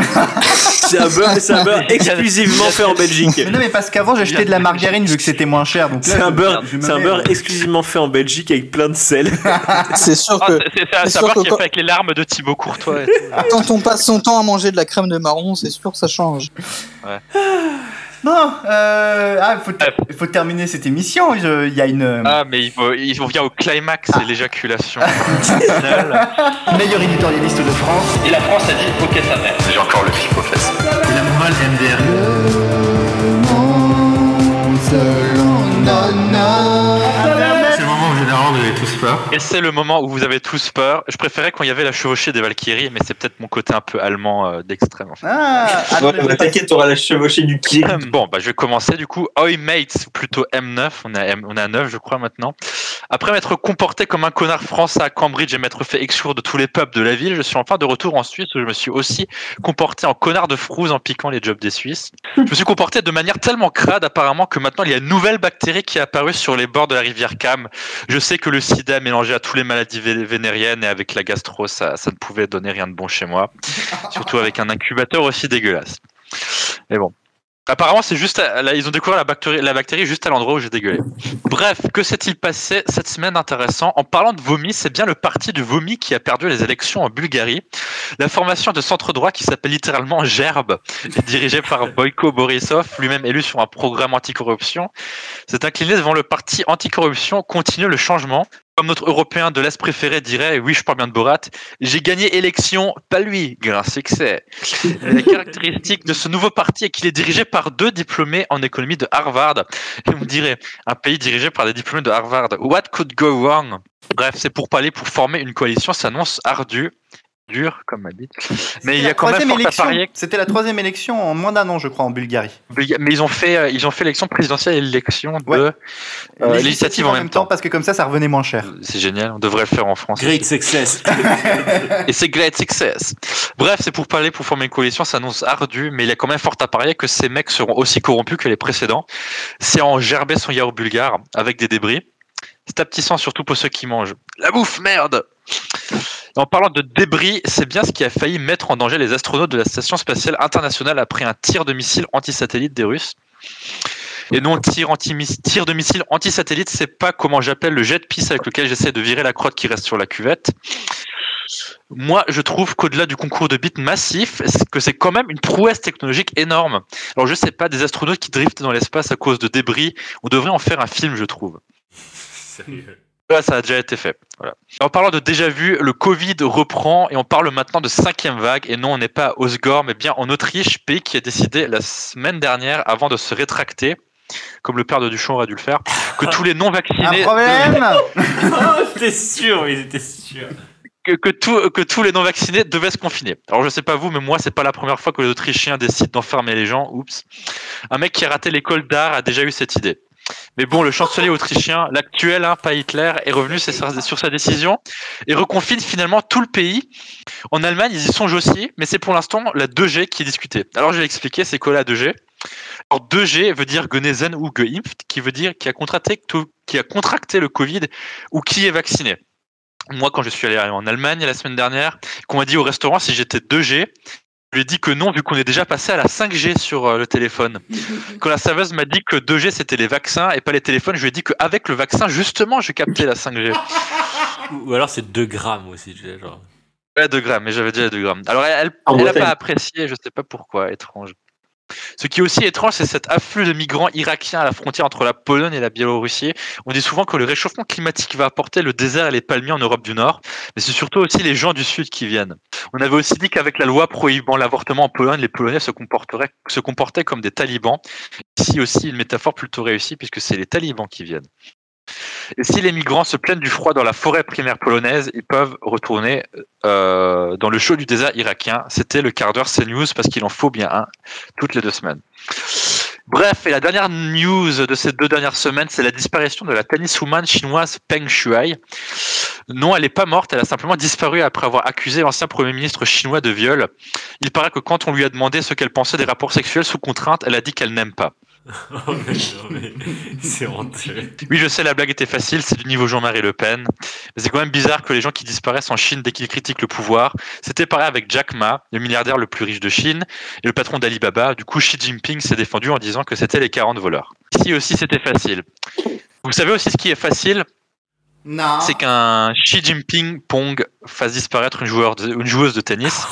S9: C'est un beurre, c'est un beurre exclusivement fait en Belgique.
S1: Mais non mais parce qu'avant j'achetais de la margarine vu que c'était moins cher. Donc là,
S9: C'est un
S1: je-
S9: beurre,
S1: je hein. me
S9: c'est un
S1: mets-
S9: beurre exclusivement fait en Belgique avec plein de sel.
S8: C'est sûr
S6: Ah,
S8: que.
S6: c'est- c'est à
S8: c'est
S6: savoir
S8: sûr
S6: qu'il
S8: que
S6: est
S8: quand-
S6: fait avec les larmes de Thibaut Courtois. et tout.
S7: Ah,
S8: Quand on passe son temps à manger de la crème de marron, c'est sûr, ça change.
S1: Non, euh, ah, faut, ter- faut terminer cette émission. je- Il y a une euh,
S6: Ah, mais il faut- il- on vient au climax et l'éjaculation.
S8: Ah.
S6: Ah.
S1: meilleure éditorialiste de France.
S6: et la France a dit Ok, ta mère.
S5: J'ai encore le pipo
S1: La morale MDR.
S11: le moment où
S7: Ah, bah
S11: généralement vous avez tous peur.
S6: Et c'est le moment où vous avez tous peur. Je préférais quand il y avait la chevauchée des Valkyries, mais c'est peut-être mon côté un peu allemand euh, d'extrême. en fait.
S1: Ah, attendez,
S2: Ouais, bah, T'inquiète, t'auras la chevauchée du pied.
S6: Bon, bah, je vais commencer du coup. Oi mates, ou plutôt M9, on a, M, on a 9 je crois maintenant. Après m'être comporté comme un connard français à Cambridge et m'être fait exclure de tous les pubs de la ville, je suis enfin de retour en Suisse où je me suis aussi comporté en connard de frouze en piquant les jobs des Suisses. Je me suis comporté de manière tellement crade apparemment que maintenant il y a une nouvelle bactérie qui est apparue sur les bords de la rivière Cam. Je sais que le sida mélangé à toutes les maladies vé- vénériennes et avec la gastro, ça, ça ne pouvait donner rien de bon chez moi. Surtout avec un incubateur aussi dégueulasse. Mais bon. Apparemment, c'est juste à- là, ils ont découvert la bactérie, la bactérie juste à l'endroit où j'ai dégueulé. Bref, que s'est-il passé cette semaine intéressant En parlant de vomi, c'est bien le parti du vomi qui a perdu les élections en Bulgarie. La formation de centre droit qui s'appelle littéralement Gerbe est dirigée par Boyko Borisov, lui-même élu sur un programme anticorruption, s'est incliné devant le parti anticorruption Continue le changement. Comme notre Européen de l'Est préféré dirait, oui, je parle bien de Borat, j'ai gagné élection, pas lui, grand succès. Mais la caractéristique de ce nouveau parti est qu'il est dirigé par deux diplômés en économie de Harvard. Et on dirait un pays dirigé par des diplômés de Harvard. What could go wrong Bref, c'est pour parler, pour former une coalition, s'annonce ardue, dure comme ma bite. Mais il y
S1: la
S6: a quand même
S1: troisième
S6: fort à
S1: élection.
S6: parier.
S1: C'était la troisième élection en moins d'un an, je crois, en Bulgarie.
S6: Mais ils ont fait, euh, ils ont fait l'élection présidentielle et l'élection de
S1: Ouais.
S6: euh,
S9: Ah
S6: législative en même temps.
S1: parce que comme ça, ça revenait moins cher.
S6: C'est génial, on devrait le faire en France.
S7: Great success.
S6: et c'est great success. Bref, c'est pour parler, pour former une coalition, ça annonce ardu, mais il est quand même fort à parier que ces mecs seront aussi corrompus que les précédents. C'est en gerber son yaourt bulgare avec des débris. C'est appétissant surtout pour ceux qui mangent. La bouffe, merde En parlant de débris, c'est bien ce qui a failli mettre en danger les astronautes de la Station Spatiale Internationale après un tir de missile anti-satellite des Russes. Et non, tir, anti tir de missile anti-satellite, c'est pas comment j'appelle le jet de piste avec lequel j'essaie de virer la crotte qui reste sur la cuvette. Moi, je trouve qu'au-delà du concours de bits massif, c'est que c'est quand même une prouesse technologique énorme. Alors, je sais pas, des astronautes qui driftent dans l'espace à cause de débris, on devrait en faire un film, je trouve.
S7: Sérieux.
S6: Là, ça a déjà été fait. Voilà. En parlant de déjà vu, le Covid reprend et on parle maintenant de cinquième vague. Et non, on n'est pas à Osgore, mais bien en Autriche, pays qui a décidé la semaine dernière, avant de se rétracter, comme le père de Duchon aurait dû le faire, que tous les
S1: Ah. Un
S6: non-vaccinés
S1: problème
S7: Oh, j'étais sûr, mais j'étais sûr.
S6: que, que, tout- que tous les non-vaccinés devaient se confiner. Alors je sais pas vous, mais moi c'est pas la première fois que les Autrichiens décident d'enfermer les gens. Oups. Un mec qui a raté l'école d'art a déjà eu cette idée. Mais bon, le chancelier autrichien, l'actuel, hein, pas Hitler, est revenu sur sa- sur sa décision et reconfine finalement tout le pays. En Allemagne, ils y songent aussi, mais c'est pour l'instant la 2G qui est discutée. Alors je vais expliquer c'est quoi la 2G. Alors 2G veut dire genesen ou geimpft, qui veut dire qui a contracté, qui a contracté le Covid ou qui est vacciné. Moi, quand je suis allé en Allemagne la semaine dernière, qu'on m'a dit au restaurant si j'étais 2G, je lui ai dit que non, vu qu'on est déjà passé à la 5G sur euh, le téléphone. Quand la serveuse m'a dit que 2G c'était les vaccins et pas les téléphones, je lui ai dit qu'avec le vaccin, justement, je captais la 5G.
S7: Ou alors c'est 2 grammes aussi, tu sais, genre.
S6: Ouais, 2 grammes, mais j'avais déjà 2 grammes. Alors, elle
S7: En
S6: n'a
S7: Bretagne.
S6: pas apprécié, je sais pas pourquoi, étrange. Ce qui est aussi étrange, c'est cet afflux de migrants irakiens à la frontière entre la Pologne et la Biélorussie. On dit souvent que le réchauffement climatique va apporter le désert et les palmiers en Europe du Nord, mais c'est surtout aussi les gens du Sud qui viennent. On avait aussi dit qu'avec la loi prohibant l'avortement en Pologne, les Polonais se, comporteraient, se comportaient comme des talibans. Ici aussi, une métaphore plutôt réussie, puisque c'est les talibans qui viennent. Et si les migrants se plaignent du froid dans la forêt primaire polonaise, ils peuvent retourner euh, dans le chaud du désert irakien. C'était le quart d'heure CNews parce qu'il en faut bien un toutes les deux semaines. Bref, et la dernière news de ces deux dernières semaines, c'est la disparition de la tenniswoman chinoise Peng Shuai. Non, elle n'est pas morte, elle a simplement disparu après avoir accusé l'ancien Premier ministre chinois de viol. Il paraît que quand on lui a demandé ce qu'elle pensait des rapports sexuels sous contrainte, elle a dit qu'elle n'aime pas.
S7: Oh, mais non, mais c'est honteux.
S6: Oui, je sais, la blague était facile, c'est du niveau Jean-Marie Le Pen. Mais c'est quand même bizarre que les gens qui disparaissent en Chine dès qu'ils critiquent le pouvoir. C'était pareil avec Jack Ma, le milliardaire le plus riche de Chine, et le patron d'Alibaba. Du coup, Xi Jinping s'est défendu en disant que c'était les 40 voleurs. Ici aussi, c'était facile. Vous savez aussi ce qui est facile
S1: Non.
S6: C'est qu'un Xi Jinping Pong fasse disparaître une, joueur de- une joueuse de tennis.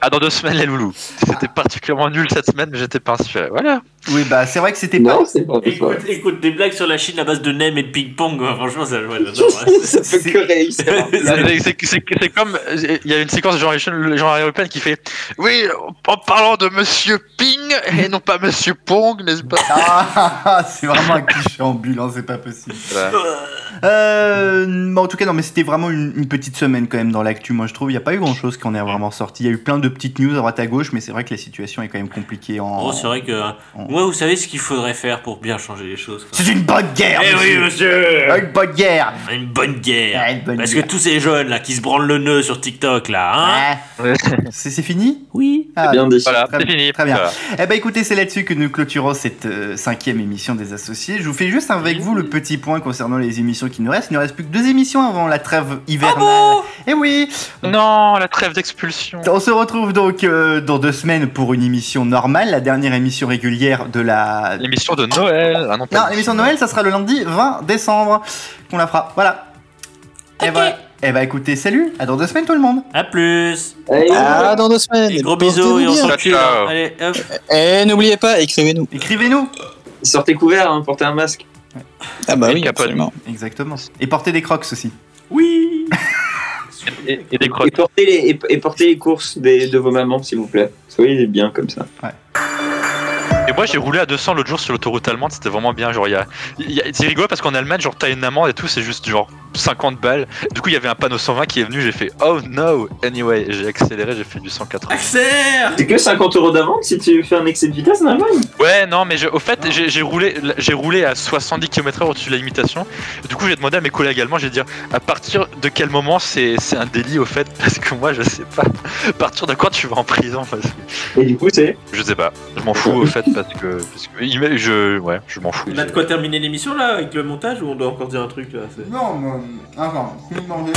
S6: Ah, dans deux semaines, les loulous. C'était particulièrement nul cette semaine, mais j'étais pas inspiré. Voilà.
S1: Oui, bah c'est vrai que c'était
S6: Non,
S1: pas.
S6: c'est pas- Oh, c'est pas-
S7: Écoute, écoute, des blagues sur la Chine à base de nems et de ping-pong, ouais, franchement, ça, ouais, j'adore, ouais.
S2: Ça peut que réussir.
S6: Là, c'est- c'est- C'est c'est comme euh, il y a une séquence de Jean-Marie Jean-Marie Le Pen qui fait oui en parlant de Monsieur Ping et non pas Monsieur Pong n'est-ce pas
S1: Ah, c'est vraiment un cliché ambulant, c'est pas possible. Euh, bah, en tout cas, non, mais c'était vraiment une, une petite semaine quand même dans l'actu. Moi, je trouve, il n'y a pas eu grand chose qu'on ait vraiment sorti. Il y a eu plein de petites news à droite à gauche, mais c'est vrai que la situation est quand même compliquée en.
S7: Oh, c'est vrai que. Moi, vous savez ce qu'il faudrait faire pour bien changer les choses. quoi.
S1: C'est une bonne guerre
S7: Eh oui,
S6: Ah,
S7: monsieur
S1: Une bonne guerre
S7: Une bonne guerre
S1: Ouais, une bonne
S7: Parce
S1: guerre.
S7: que tous ces jeunes là qui se branlent le nœud sur TikTok là, hein
S1: C'est c'est fini
S7: Oui.
S2: Eh
S1: Ah,
S7: bien dit.
S6: Voilà,
S1: très,
S6: c'est fini.
S1: Très bien.
S6: Voilà.
S1: Eh ben écoutez, c'est là-dessus que nous clôturons cette euh, cinquième émission des associés. Je vous fais juste avec vous le petit point concernant les émissions qui nous restent. Il ne reste plus que deux émissions avant la trêve hivernale. eh oui
S6: Non, la trêve d'expulsion.
S1: On se retrouve donc euh, dans deux semaines pour une émission normale, la dernière émission régulière de la.
S6: L'émission de Noël. Ah non, pas
S1: Non,
S6: du-
S1: l'émission de Noël, ça sera le lundi 20 décembre qu'on la fera. Voilà. Et voilà. Eh ben écoutez, salut, à dans deux semaines tout le monde.
S7: À plus.
S8: Ah, dans deux semaines.
S7: Et gros bisous et on
S8: Portez-vous bien.
S7: s'encule. hein. Allez, hop.
S8: Et n'oubliez pas, écrivez-nous.
S1: Écrivez-nous.
S2: Sortez couverts, hein, portez un masque.
S8: Ah bah oui,
S2: absolument.
S1: Exactement. Et portez des crocs aussi.
S7: Oui
S2: Et, Et portez les, et, et portez les courses des- de vos mamans, s'il vous plaît. Soyez bien comme ça.
S6: Et moi j'ai roulé à 200 l'autre jour sur l'autoroute allemande, c'était vraiment bien. Genre, il y a- il y a- c'est rigolo parce qu'en Allemagne, genre, t'as une amende et tout, c'est juste genre 50 balles. Du coup, il y avait un panneau 120 qui est venu, j'ai fait oh no, anyway, j'ai accéléré, j'ai fait du 180.
S2: C'est que 50 euros d'amende si tu fais un excès de vitesse, normalement.
S6: Ouais, non, mais je- au fait, j'ai j'ai roulé, j'ai roulé à 70 km/h au-dessus de la limitation. Du coup, j'ai demandé à mes collègues allemands, j'ai dit à partir de quel moment c'est c'est un délit au fait Parce que moi, je sais pas. À partir de quand tu vas en prison parce que-
S2: Et du coup, c'est
S6: Je sais pas. Je m'en fous au fait parce que. Parce que il m'a- je, ouais, je m'en fous.
S9: On a de quoi terminer l'émission là avec le montage ou on doit encore dire un truc là
S1: Non, non, non.